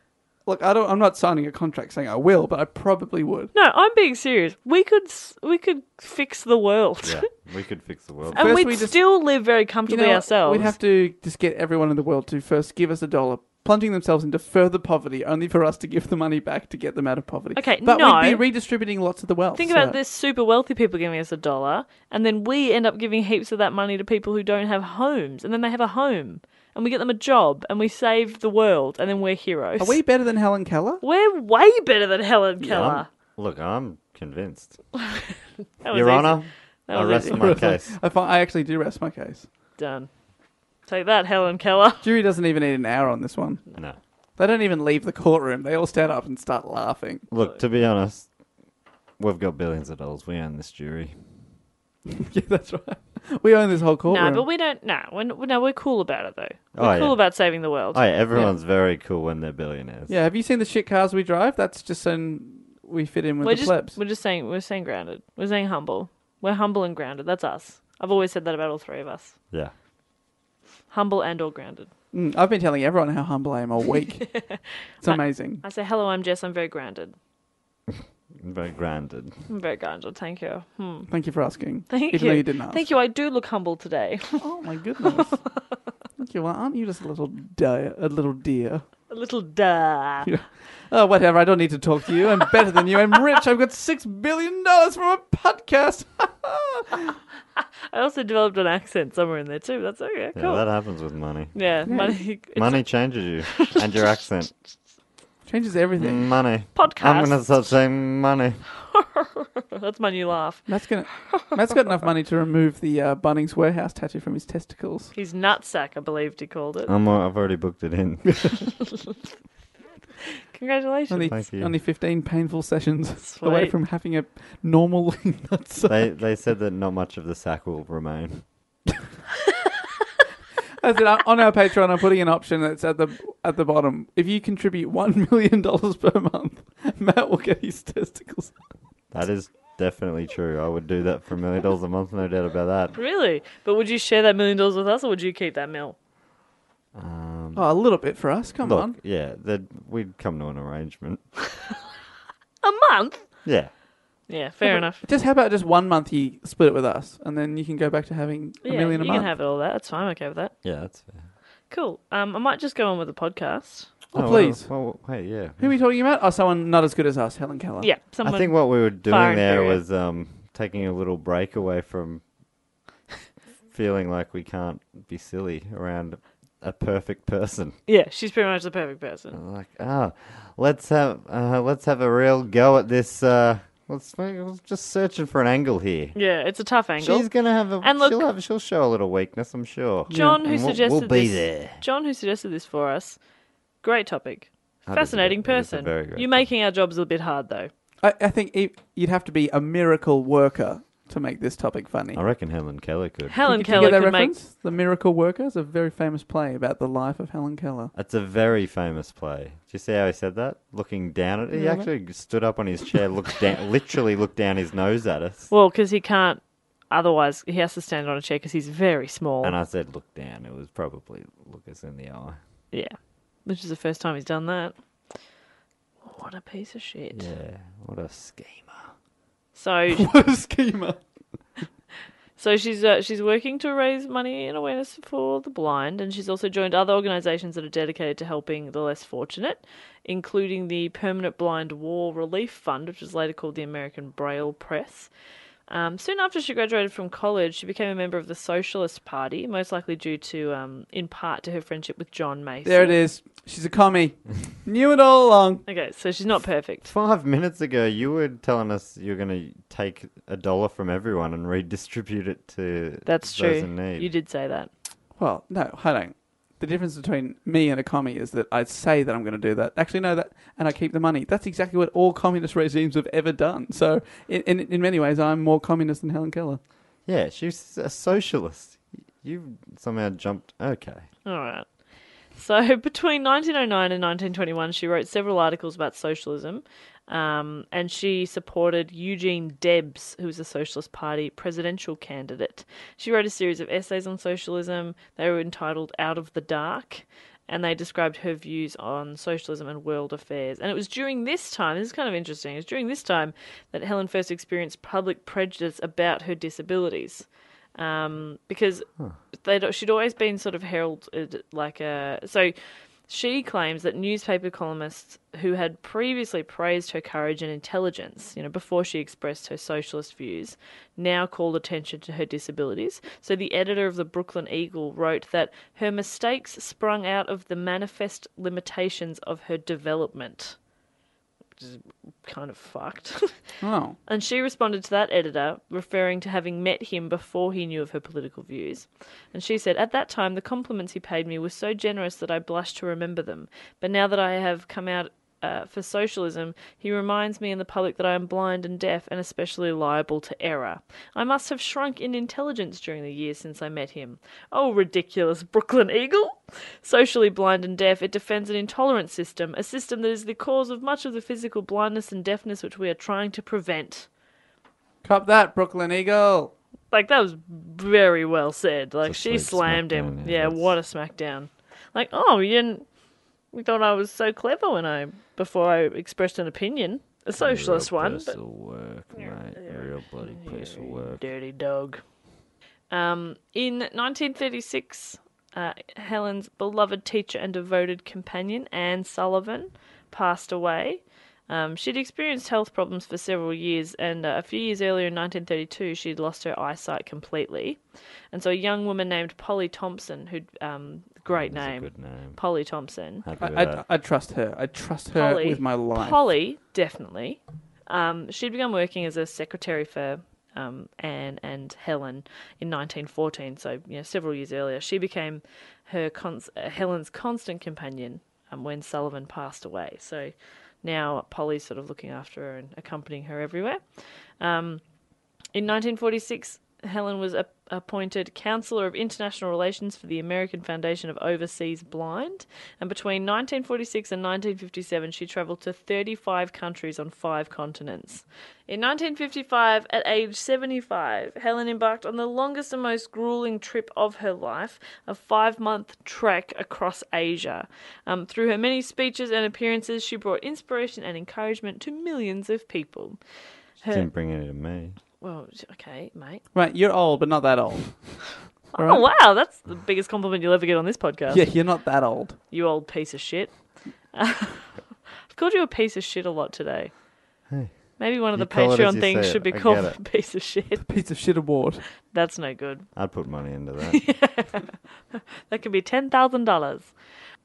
look, I don't. I'm not signing a contract saying I will, but I probably would.
No, I'm being serious. We could. s- We could fix the world.
Yeah, we could fix the world.
And
First
we'd
we just-
still live very
You
comfortably
know,
ourselves.
we'd have to just get everyone in the world to first give us a dollar, plunging themselves into further poverty, only for us to give the money back to get them out of poverty.
Okay,
but
no.
we'd be redistributing lots of the wealth.
Think
so-
about this super wealthy people giving us a dollar, and then we end up giving heaps of that money to people who don't have homes, and then they have a home, and we get them a job, and we save the world, and then we're heroes.
Are we better than Helen Keller?
We're way better than Helen
Yeah, I'm-
Keller.
look, I'm convinced.
That was
Your
easy.
Honour,
That
I
was
rest
easy.
my case.
I, fi- I actually do rest my case.
done. Take that, Helen Keller.
Jury doesn't even need an hour on this one.
No.
They don't even leave the courtroom. They all stand up and start laughing.
Look, to be honest, we've got billions of dollars. We own this jury.
yeah, that's right. We own this whole
No,
courtroom.
but we don't. No, we're, n- no, we're cool about it though. We're
Oh,
cool
yeah.
about saving the world.
Oh, yeah, everyone's very cool when they're billionaires.
yeah, have you seen the shit cars we drive? That's just an we fit in with
we're
the
just
plebs.
we're just saying we're saying grounded. We're saying humble. We're humble and grounded. That's us. I've always said that about all three of us.
Yeah.
Humble and or grounded.
Mm, I've been telling everyone how humble I am all week. it's amazing.
I say hello. I'm Jess. I'm very grounded.
Very grounded.
I'm very grounded. Thank you. Hmm.
Thank you for asking.
Thank
Even
you.
though you
Oh.
didn't ask.
Thank you. I do look humble today.
Oh my goodness. Thank you. Well, aren't you just a little dear? A little dear.
A little duh.
Oh, whatever. I don't need to talk to you. I'm better than you. I'm rich. I've got six billion dollars from a podcast.
I also developed an accent somewhere in there too. That's okay.
Yeah,
Cool. Yeah,
that happens with money.
money. It's
Money changes you and your accent.
Changes everything.
Money. I'm
Podcast.
going to start saying money.
That's my new laugh.
Matt's gonna. Matt's got enough money to remove the uh, Bunnings warehouse tattoo from his testicles.
He's nutsack, I believed he called it.
I'm, I've already booked it in.
Congratulations.
Only,
Thank you.
only 15 painful sessions away
Sweet.
from having a normal nutsack.
they, they said that not much of the sack will remain.
I said, "Uh, on on our Patreon, I'm putting an option that's at the at the bottom. If you contribute one million dollars per month, Matt will get his testicles.
That is definitely true. I would do that for a million dollars a month, no doubt about that.
Really? But would you share that million dollars with us or would you keep that mill?
Um,
Oh, a little bit for us. Come
look,
on.
yeah, that we'd come to an arrangement.
A month?
Yeah.
Yeah, fair enough.
Just how about just one month you split it with us, and then you can go back to having a
yeah,
million a
you
month.
can have all that. That's fine. I'm okay with that.
Yeah, that's fair.
Cool. Um, I might just go on with the podcast.
Oh,
well,
please.
Well, hey, yeah.
Who are we talking about? Oh, someone not as good as us, Helen Keller.
Yeah, someone.
I think what we were
far
doing there
inferior.
was um, taking a little break away from feeling like we can't be silly around a perfect person.
Yeah, she's pretty much the perfect person.
Like, ah, let's have uh, let's have a real go at this. Uh, let's, we're just searching for an angle here.
Yeah, it's a tough angle.
She's gonna have a.
And look-
she'll have. She'll show a little weakness, I'm sure.
John,
And
who
we'll-
suggested
we'll be
this,
there.
John, who suggested this for us. Great topic.
That is a
Fascinating
great- that is a
person.
very great
You're making our jobs a bit hard, though.
I, I think e you'd have to be a miracle worker to make this topic funny.
I reckon Helen Keller could.
Helen
Did you
Keller
get that
could make.
reference? The Miracle Worker is a very famous play about the life of Helen Keller.
That's a very famous play. Do you see how he said that? Looking down at he actually stood up on his chair, looked down, literally looked down his nose at us,
Well, because he can't. Otherwise, he has to stand on a chair because he's very small.
and I said, "Look down." It was probably look us in the eye.
Yeah. Which is the first time he's done that. What a piece of shit.
Yeah, what a schemer.
So
What a schemer.
so she's uh, she's working to raise money and awareness for the blind and she's also joined other organizations that are dedicated to helping the less fortunate, including the Permanent Blind War Relief Fund, which was later called the American Braille Press. Um, soon after she graduated from college, she became a member of the Socialist Party, most likely due to, um, in part, to her friendship with John Mason.
There it is. She's a commie. Knew it all along.
Okay, so she's not perfect.
Five minutes ago, you were telling us you're going to take a dollar from everyone and redistribute it to
That's true.
those in need.
You did say that.
Well, no, I don't. The difference between me and a commie is that I say that I'm going to do that. Actually, no, that, and I keep the money. That's exactly what all communist regimes have ever done. So, in, in, in many ways, I'm more communist than Helen Keller.
Yeah, she's a socialist. You somehow jumped. Okay.
All right. So between 1909 and 1921, she wrote several articles about socialism, um, and she supported Eugene Debs, who was a Socialist Party presidential candidate. She wrote a series of essays on socialism. They were entitled "Out of the Dark." And they described her views on socialism and world affairs. And it was during this time, this is kind of interesting, it was during this time that Helen first experienced public prejudice about her disabilities um, because they'd, she'd always been sort of heralded like a. So she claims that newspaper columnists who had previously praised her courage and intelligence, you know, before she expressed her socialist views, now called attention to her disabilities. So the editor of the Brooklyn Eagle wrote that her mistakes sprung out of the manifest limitations of her development. Which is kind of fucked.
Oh,
And she responded to that editor, referring to having met him before he knew of her political views. And she said, At that time, the compliments he paid me were so generous that I blush to remember them. But now that I have come out uh, uh, for socialism, he reminds me and the public that I am blind and deaf and especially liable to error. I must have shrunk in intelligence during the years since I met him. Oh, ridiculous Brooklyn Eagle! Socially blind and deaf, it defends an intolerant system, a system that is the cause of much of the physical blindness and deafness which we are trying to prevent.
Cop that, Brooklyn Eagle.
Like that was very well said. Like
It's a
she
sweet
slammed him.
smackdown, yeah,
Yeah,
that's-
what a smackdown. Like, oh, you didn't you thought I was so clever when I before I expressed an opinion, a socialist one,
Piece
but
of work, mate. Real bloody piece of work.
dirty dog. Um, in 1936, uh, Helen's beloved teacher and devoted companion Anne Sullivan passed away. Um, she'd experienced health problems for several years, and uh, a few years earlier in 1932, she'd lost her eyesight completely. And so, a young woman named Polly Thompson, who'd um, great
That's
name,
A good name.
Polly Thompson,
Happy with
I, I,
that.
I trust her. I trust her
Polly,
with my life.
Polly, definitely. Um, she'd begun working as a secretary for um, Anne and Helen in 1914, so you know several years earlier. She became her cons- uh, Helen's constant companion um, when Sullivan passed away. So now Polly's sort of looking after her and accompanying her everywhere. Um, in 1946, Helen was a- appointed Counselor of International Relations for the American Foundation of Overseas Blind, and between 1946 and 1957, she travelled to 35 countries on five continents. In 1955, at age 75, Helen embarked on the longest and most grueling trip of her life a five month trek across Asia. Um, through her many speeches and appearances, she brought inspiration and encouragement to millions of people.
She didn't bring any to me.
Well, okay, mate.
Right, you're old, but not that old.
Oh wow, that's the biggest compliment you'll ever get on this podcast.
yeah, you're not that old.
You old piece of shit. I've called you a piece of shit a lot today. Maybe one of
You
the
call it as
Patreon
you
things
say it.
should be
I get
called
it.
a piece of shit.
Piece of shit award.
That's no good.
I'd put money into that.
That could be ten thousand dollars.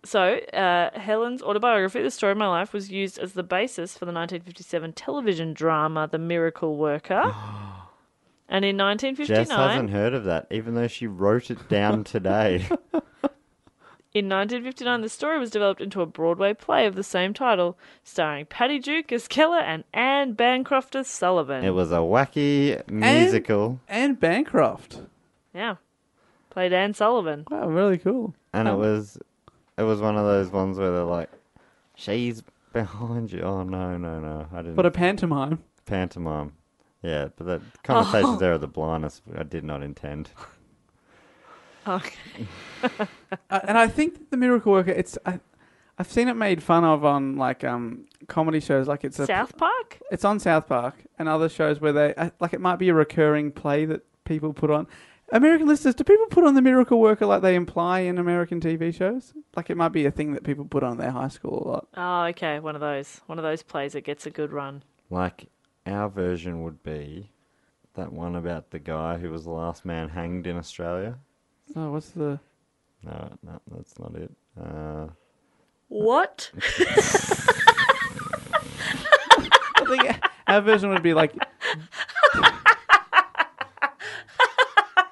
So, uh, Helen's autobiography, The Story of My Life, was used as the basis for the 1957 television drama The Miracle Worker. And in
Jess
1959,
hasn't heard of that, even though she wrote it down today.
In 1959, the story was developed into a Broadway play of the same title, starring Patty Duke as Keller and Anne Bancroft as Sullivan.
it was a wacky musical,
And Bancroft.
yeah, played Anne Sullivan.
Wow, really cool.
and,
Um,
it was it was one of those ones where they're like, "She's behind you." Oh no, no, no! I didn't.
But a pantomime.
pantomime. Yeah, but the
Oh.
connotations there of the blindness I did not intend.
Uh, and I think that the Miracle Worker, it's. I, I've seen it made fun of on like um comedy shows, like it's a
South Park?
it's on South Park and other shows where they I- like it might be a recurring play that people put on. American listeners, do people put on the Miracle Worker like they imply in American TV shows? Like it might be a thing that people put on at their high school a lot.
Oh, okay, one of those. One of those plays that gets a good run.
Like our version would be that one about the guy who was the last man hanged in Australia.
Oh, what's the
No, no, that's not it. Uh,
What?
I think our version would be like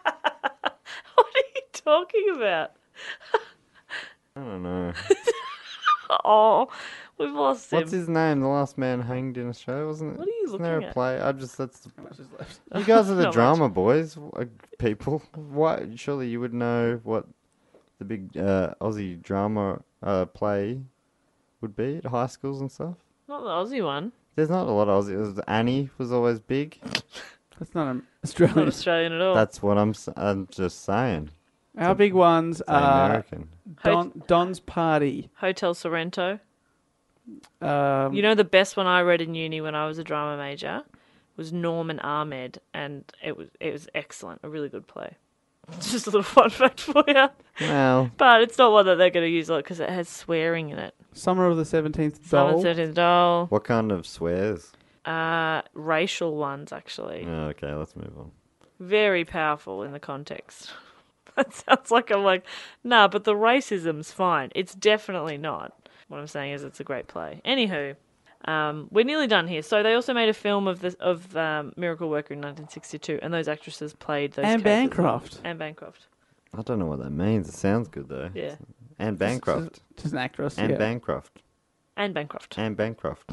what are you talking about?
I don't know.
Oh, we've lost him.
What's his name? The last man hanged in Australia, wasn't it?
What are you
Isn't there
looking
a
at?
play? I just that's. You guys are
Not
the
much.
drama boys, uh, people. Why? Surely you would know what the big uh, Aussie drama uh, play would be at high schools and stuff.
Not the Aussie one.
There's not a lot of Aussie. it was- Annie was always big.
that's not an
Not
Australian.
Australian at all.
That's what I'm. s- I'm just saying.
Our big ones
It's
are
American.
Don, Don's Party.
Hotel Sorrento.
Um,
You know, the best one I read in uni when I was a drama major was Norman Ahmed, and it was it was excellent, a really good play. Just a little fun fact for you,
Well,
but it's not one that they're going to use a lot because it has swearing in it.
Summer of the Seventeenth
Doll.
Doll.
Thirteenth doll,
what kind of swears?
uh, racial ones actually,
Oh, okay, let's move on.
very powerful in the context. that sounds like I'm like, nah, but the racism's fine. It's definitely not. What I'm saying is, it's a great play. Anywho, Um, we're nearly done here. So they also made a film of this of um, Miracle Worker in 1962, and those actresses played those.
And
characters.
Bancroft.
And Bancroft.
I don't know what that means. It sounds good though.
Yeah.
And Bancroft.
Just an actress.
And
yeah.
Bancroft.
and Bancroft.
Anne Bancroft.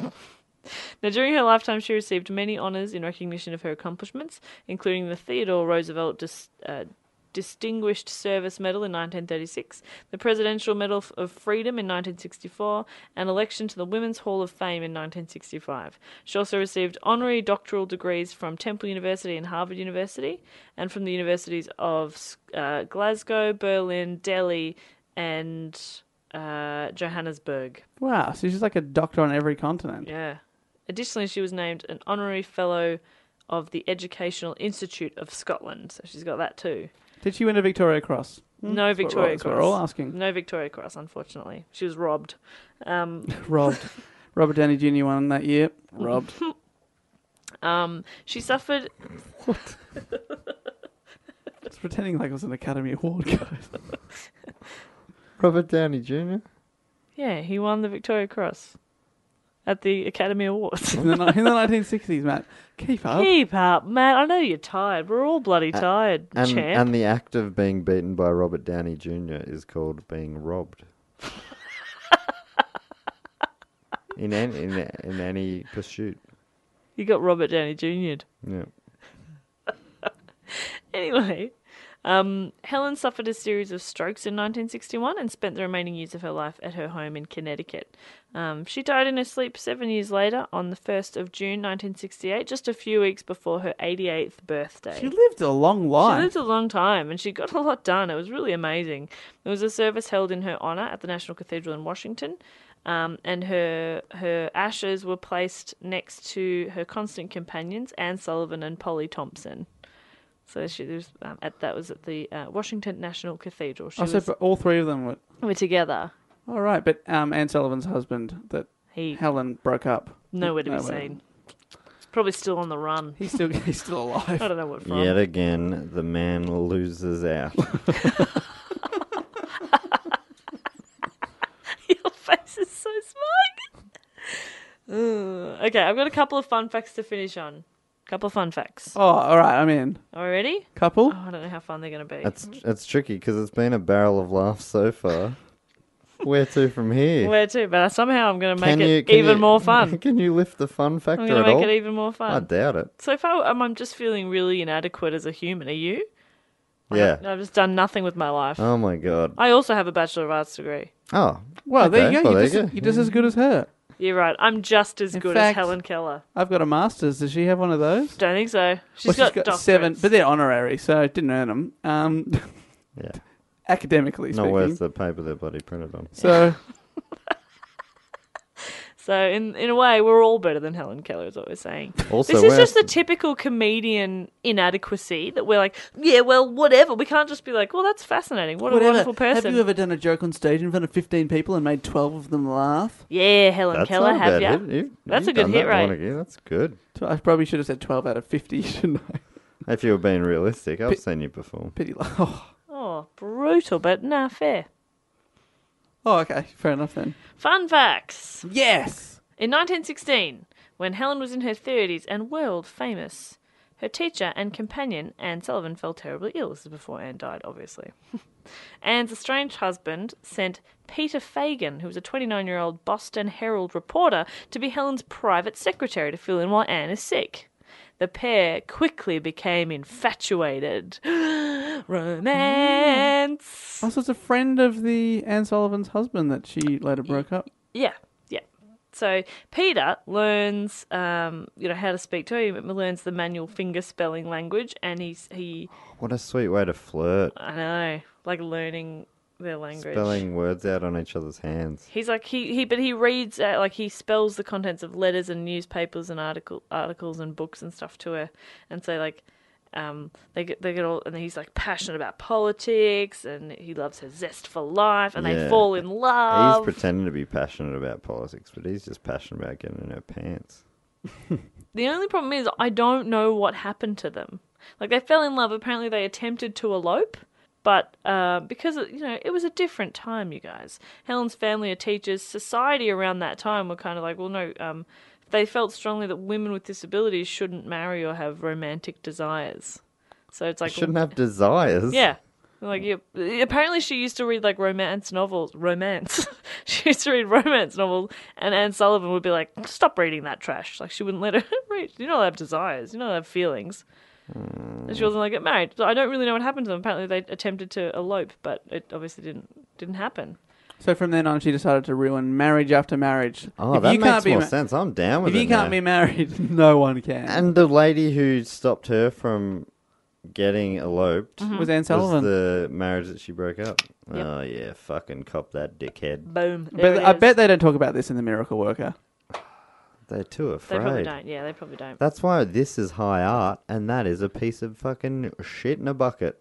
Now, during her lifetime, she received many honours in recognition of her accomplishments, including the Theodore Roosevelt Dis- uh, Distinguished Service Medal in 1936, the Presidential Medal f- of Freedom in 1964, and election to the Women's Hall of Fame in 1965. She also received honorary doctoral degrees from Temple University and Harvard University, and from the universities of uh, Glasgow, Berlin, Delhi, and uh, Johannesburg.
Wow, so she's like a doctor on every continent.
Yeah. Additionally, she was named an honorary fellow of the Educational Institute of Scotland. So she's got that too.
Did she win a Victoria Cross? Hmm,
No
that's what we're-
Victoria
that's
Cross.
what We're all asking.
No Victoria Cross, unfortunately. She was robbed. Um,
Robbed. Robert Downey Jr. won that year. Robbed.
um, she suffered.
It's pretending like it was an Academy Award, guys.
Robert Downey Jr.
Yeah, he won the Victoria Cross at the Academy Awards.
In the, ni- in the 1960s, Matt. Keep
Oh,
up.
Keep up, man. I know you're tired. We're all bloody tired,
And,
champ.
and the act of being beaten by Robert Downey Jr. is called being robbed. in, any, in, in any pursuit.
you got Robert Downey Jr. 'd.
Yeah.
Anyway, um, Helen suffered a series of strokes in 1961 and spent the remaining years of her life at her home in Connecticut. Um, she died in her sleep seven years later on the 1st of June 1968, just a few weeks before her 88th birthday.
She lived a long
She
life.
lived a long time and she got a lot done. It was really amazing. There was a service held in her honor at the National Cathedral in Washington, um, and her her ashes were placed next to her constant companions Anne Sullivan and Polly Thompson. So she was um, at that was at the uh, Washington National Cathedral. She
Oh, so
was,
for all three of them were.
were together.
All right, but um, Anne Sullivan's husband that
He
Helen broke up.
nowhere to be
Nowhere.
seen. Probably still on the run.
He's still he's still
I
alive.
don't know what from.
Yet again, the man loses out.
Your face is so smug. Ugh. okay, I've got a couple of fun facts to finish on. Couple of fun facts.
Oh, all right, I'm in.
Are we ready?
Couple.
Oh, I don't know how fun they're going to be.
That's that's tricky because it's been a barrel of laughs so far. Where to from here?
Where to? But I- somehow I'm going to make it
can
even more fun.
Can you lift the fun factor
I'm
at
going to
all?
make it even more
I
fun.
doubt it.
So far, um, I'm, I'm just feeling really inadequate as a human. Are you?
Yeah.
I've just done nothing with my life.
Oh my god.
I also have a Bachelor of Arts degree.
Oh,
Well, there
okay,
you go.
well,
you're,
there
just,
you go.
you're just as good as her.
You're right. I'm just as
In
good as
fact-
Helen Keller.
I've got a master's. Does she have one of those?
Don't think so. She's
Well,
got, doctorates.
seven, but they're honorary, so I didn't earn them. Um,
yeah.
academically
Not
speaking.
worth the paper they're bloody printed on.
So
So in in a way, we're all better than Helen Keller is what we're saying.
Also,
this is
where-
just the typical comedian inadequacy that we're like, yeah, well, whatever. We can't just be like, well, that's fascinating. What a wonderful person.
Have you ever done a joke on stage in front of 15 people and made 12 of them laugh?
Yeah, Helen
That's
Keller,
not a
have
bad
you?
hit. You-
That's a
you've
good
done
hit
that one
rate.
again. That's good.
So I probably should have said 12 out of 50, shouldn't I?
If you were being realistic, I've
Pi-
seen you perform.
Pity. laugh. Oh,
Oh, brutal, but nah, fair.
oh, okay. Fair enough then.
Fun facts.
Yes!
In 1916, when Helen was in her 30s and world famous, her teacher and companion, Anne Sullivan, fell terribly ill. This is before Anne died, obviously. Anne's estranged husband sent Peter Fagan, who was a 29 year old Boston Herald reporter, to be Helen's private secretary to fill in while Anne is sick. The pair quickly became infatuated. Romance!
Also, it's a friend of the Anne Sullivan's husband that she later broke up.
Yeah, yeah. So Peter learns, um, you know, how to speak to her. He learns the manual finger spelling language, and he's he,
What a sweet way to flirt.
I know, like learning their language.
Spelling words out on each other's hands.
He's like he, he but he reads uh, like he spells the contents of letters and newspapers and article articles and books and stuff to her, and so like, um, they get they get all and he's like passionate about politics and he loves her zest for life and they
Yeah.
fall in love.
He's pretending to be passionate about politics, but he's just passionate about getting in her pants.
The only problem is I don't know what happened to them. Like they fell in love. Apparently they attempted to elope, but uh, because you know it was a different time, you guys. Helen's family are teachers. Society around that time were kind of like, well, no. Um, they felt strongly that women with disabilities shouldn't marry or have romantic desires. So it's like,
Shouldn't have desires.
yeah. Like you, apparently she used to read like romance novels. Romance. she used to read romance novels, and Anne Sullivan would be like, "Stop reading that trash." Like she wouldn't let her read. You're not allowed to have desires. You're not allowed to have feelings. And she wasn't like get married. So I don't really know what happened to them. Apparently they attempted to elope, but it obviously didn't didn't happen.
So from then on, she decided to ruin marriage after marriage.
Oh,
If
that
you can't
makes
be
more
ma-
sense. I'm down with
If
it.
you can't
now.
be married, no one can.
and the lady who stopped her from getting eloped
Hmm.
was Anne
was
Sullivan.
the marriage that she broke up.
Mm-hmm. Yep.
Oh yeah, fucking cop that dickhead.
Boom. There
but
it
I
is.
bet they don't talk about this in The Miracle Worker.
They're too
they
afraid.
probably don't. Yeah, they probably don't.
That's why this is high art, and that is a piece of fucking shit in a bucket.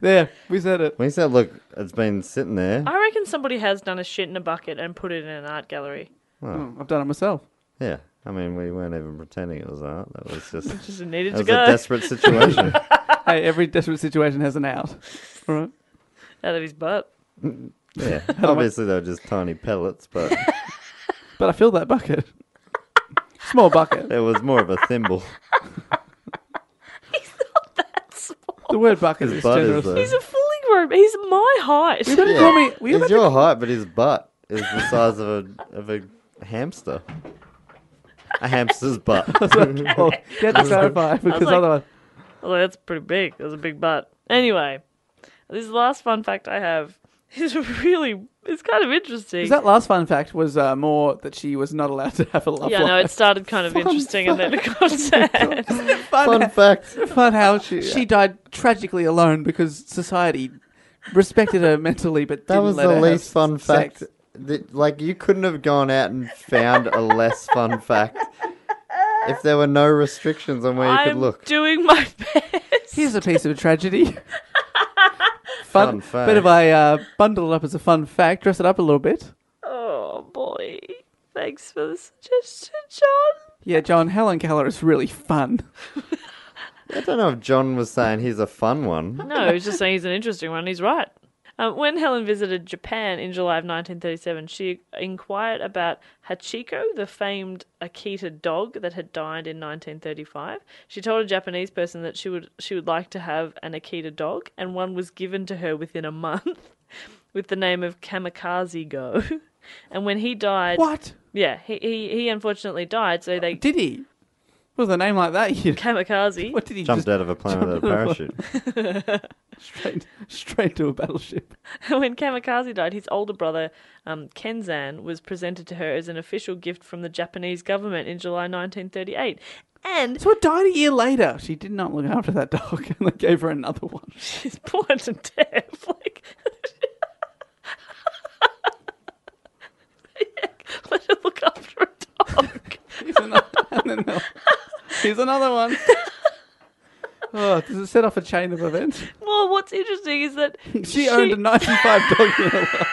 There, we said it.
When you said, "Look, it's been sitting there,"
I reckon somebody has done a shit in a bucket and put it in an art gallery.
Mm, I've done it myself.
yeah. I mean, we weren't even pretending it was art. That was just that
Just needed
was
to
a
go.
desperate situation.
hey, every desperate situation has an out. All right.
Out of his butt.
yeah, obviously they were just tiny pellets, but
But I filled that bucket. Small bucket.
it was more of a thimble.
The word bucket
His
is
butt is
generous.
the.
He's a fully grown. He's my height.
You better
Yeah.
call me. well, You
He's
better,
your height, but his butt is the size of a of a hamster. A hamster's butt.
oh, you had to clarify because
like-
otherwise,
Although that's pretty big. That's a big butt. Anyway, this last fun fact I have is really it's kind of interesting.
because that last fun fact was uh, more that she was not allowed to have a love
yeah, no,
life.
it started kind of interesting and then it got sad.
Fun fact.
Fun how she, she died tragically alone because society respected her mentally, but
That
didn't
was
let
the
her have
least fun
sex.
fact. That, like you couldn't have gone out and found a less fun fact if there were no restrictions on where you could
I'm
look.
doing my best.
Here's a piece of a tragedy. fun,
Fun fact.
But if I uh, bundle it up as a fun fact, dress it up a little bit.
Oh boy. Thanks for the suggestion, John.
Yeah, John, Helen Keller is really fun.
I don't know if John was saying he's a fun one.
No, he's just saying he's an interesting one. He's right. Um, when Helen visited Japan in July of 1937, she inquired about Hachiko, the famed Akita dog that had died in 1935. She told a Japanese person that she would she would like to have an Akita dog, and one was given to her within a month, with the name of Kamikaze Go. And when he died,
What?
yeah, he he, he unfortunately died. So they
Did he? With a name like that, you
Kamikaze.
what did he
Jumped
just
out of a plane without a parachute.
straight straight to a battleship?
when Kamikaze died, his older brother, um, Kenzan, was presented to her as an official gift from the Japanese government in July 1938. And
So it died a year later. She did not look after that dog, and they gave her another one.
she's born to death. Like, let her look after a dog.
Here's another, and then they'll- here's another one. Oh, does it set off a chain of events?
Well, what's interesting is that
She owned a 95 dog in her life.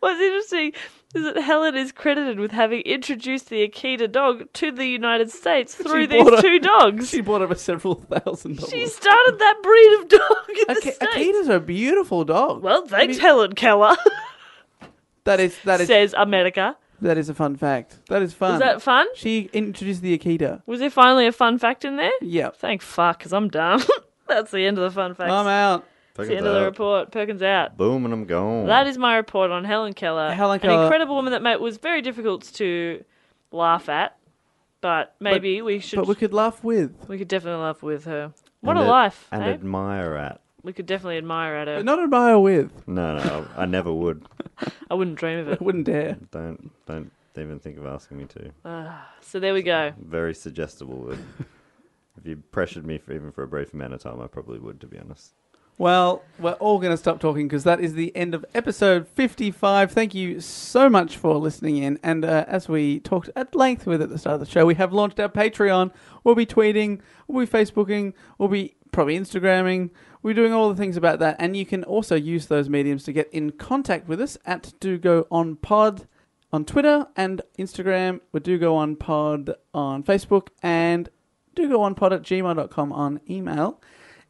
What's interesting is that Helen is credited with having introduced the Akita dog to the United States through these
bought a-
two dogs.
She
She,
bought over several thousand dollars.
started that breed of dog in the
Ak-
States.
Akita's a beautiful dog.
Well, thanks, Helen Keller,
that is that is
says America.
that is a fun fact. That is fun.
Is that fun?
She introduced the Akita.
Was there finally a fun fact in there?
Yeah,
Thank fuck, because I'm done. That's the end of the fun facts.
I'm out.
That's the end of the report. Perkins out.
Boom and I'm gone.
That is my report on Helen Keller. An
Helen Keller.
incredible woman that mate, was very difficult to laugh at, but maybe we should.
But we could laugh with.
We could definitely laugh with her. What
And
a
ad-
life,
And
eh?
admire at.
We could definitely admire at her.
But not admire with.
No, no, I I never would.
I wouldn't dream of it.
I wouldn't dare.
Don't don't even think of asking me to.
So there we go.
Very suggestible. With. If you pressured me for even for a brief amount of time, I probably would, to be honest.
Well, we're all going to stop talking because that is the end of episode 55. Thank you so much for listening in. And uh, as we talked at length with at the start of the show, we have launched our Patreon. We'll be tweeting, we'll be Facebooking, we'll be probably Instagramming. We're doing all the things about that. And you can also use those mediums to get in contact with us at Do Go On Pod on Twitter and Instagram. We Do Go On Pod on Facebook and Do Go On Pod at gmail.com on email.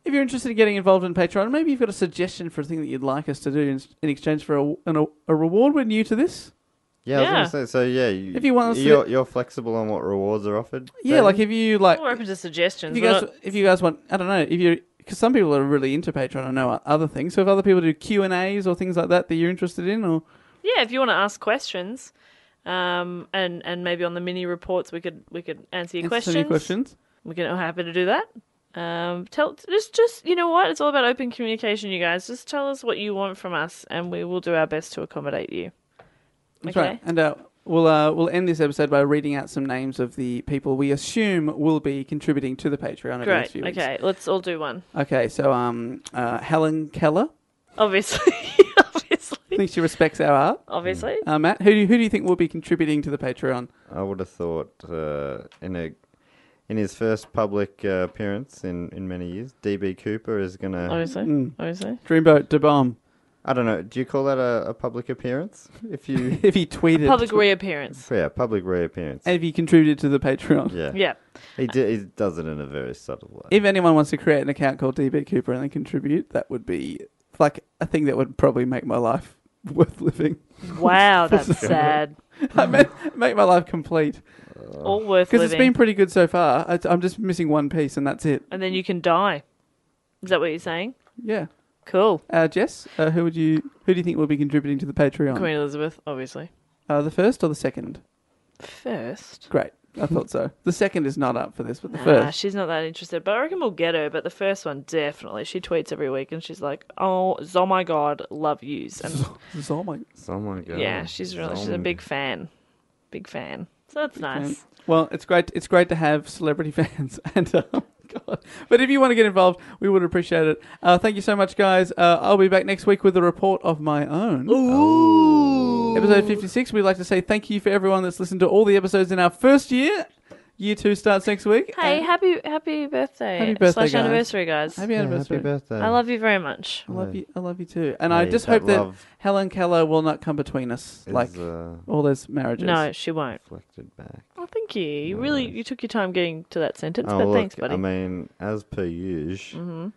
If you're interested in getting involved in Patreon, maybe you've got a suggestion for a thing that you'd like us to do in, in exchange for a, an, a reward. We're new to this.
Yeah, I
Yeah.
was gonna say. So yeah, you,
If you want us to
you're,
do-
you're flexible on what rewards are offered.
Yeah, like if you like,
We're open to suggestions.
if you
We're
guys,
not-
if you guys want, I don't know, if you because some people are really into Patreon. I know other things. So if other people do Q and A's or things like that that you're interested in, or
yeah, if you want to ask questions, um, and and maybe on the mini reports we could we could answer your
answer
questions.
any questions,
We can. We're happy to do that. Um, tell just just you know what it's all about open communication, you guys. Just tell us what you want from us, and we will do our best to accommodate you.
That's
okay.
right. And uh, we'll uh, we'll end this episode by reading out some names of the people we assume will be contributing to the Patreon over the
Great.
next few weeks.
Okay. Let's all do one.
Okay. So um, uh, Helen Keller.
Obviously.
I
obviously.
think she respects our art.
Obviously.
Uh, Matt, who do you, who do you think will be contributing to the Patreon?
I would have thought uh, in a in his first public uh, appearance in, in many years, DB Cooper is gonna.
Obviously.
Mm.
Obviously.
Dreamboat de Bomb.
I don't know. Do you call that a, a public appearance? If you
If he tweeted,
Public reappearance.
yeah, public reappearance.
and if he contributed to the Patreon.
Yeah,
Yeah.
He, do, he does it in a very subtle way.
If anyone wants to create an account called DB Cooper and then contribute, that would be like a thing that would probably make my life worth living.
Wow, that's sad.
I mean, make my life complete
All worth
because
living.
it's been pretty good so far. I, I'm just missing one piece and that's it.
and then you can die. Is that what you're saying?
Yeah.
Cool.
Uh, Jess, uh, who would you who do you think will be contributing to the Patreon?
Queen Elizabeth, obviously.
Uh, the first or the second?
First.
Great. I thought so. The second is not up for this, but the
Nah,
first.
she's not that interested, but I reckon we'll get her. But the first one, definitely. She tweets every week and she's like, oh, oh my god, love yous. And
It's all my-
oh my god.
yeah, she's really, she's a
Zombie.
big fan. Big fan. So that's nice.
Well, it's great. It's great to have celebrity fans, and um, God. But if you want to get involved, we would appreciate it. Uh, thank you so much, guys. Uh, I'll be back next week with a report of my own. Episode fifty-six. We'd like to say thank you for everyone that's listened to all the episodes in our first year. Year two starts next week.
Hey,
And
happy happy birthday.
Happy birthday,
slash
guys.
anniversary, guys.
happy
Yeah,
anniversary.
happy birthday.
I love you very much.
I love you. I love you too. And I
Hey,
just
that
hope that
love
Helen Keller will not come between us,
is,
like
uh,
all those marriages.
No, she won't.
reflected back.
Oh, thank you. You really you took your time getting to that sentence,
Oh,
but
look,
thanks, buddy. Mm-hmm,
I mean, as per usual,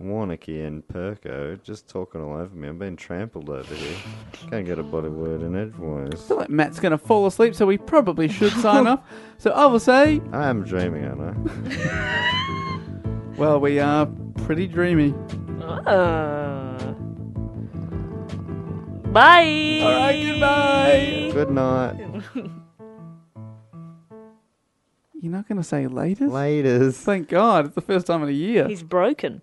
Warnicky and Perko just talking all over me. I'm being trampled over here. Can't get a bloody word in edgewise.
I feel like Matt's going to fall asleep, so we probably should sign off. So I will say,
I am dreaming, I know.
well, we are pretty dreamy.
Ah. Bye. All right, goodbye.
Good night.
You're not going to say latest?
Laters.
Thank God. It's the first time in a year.
He's broken.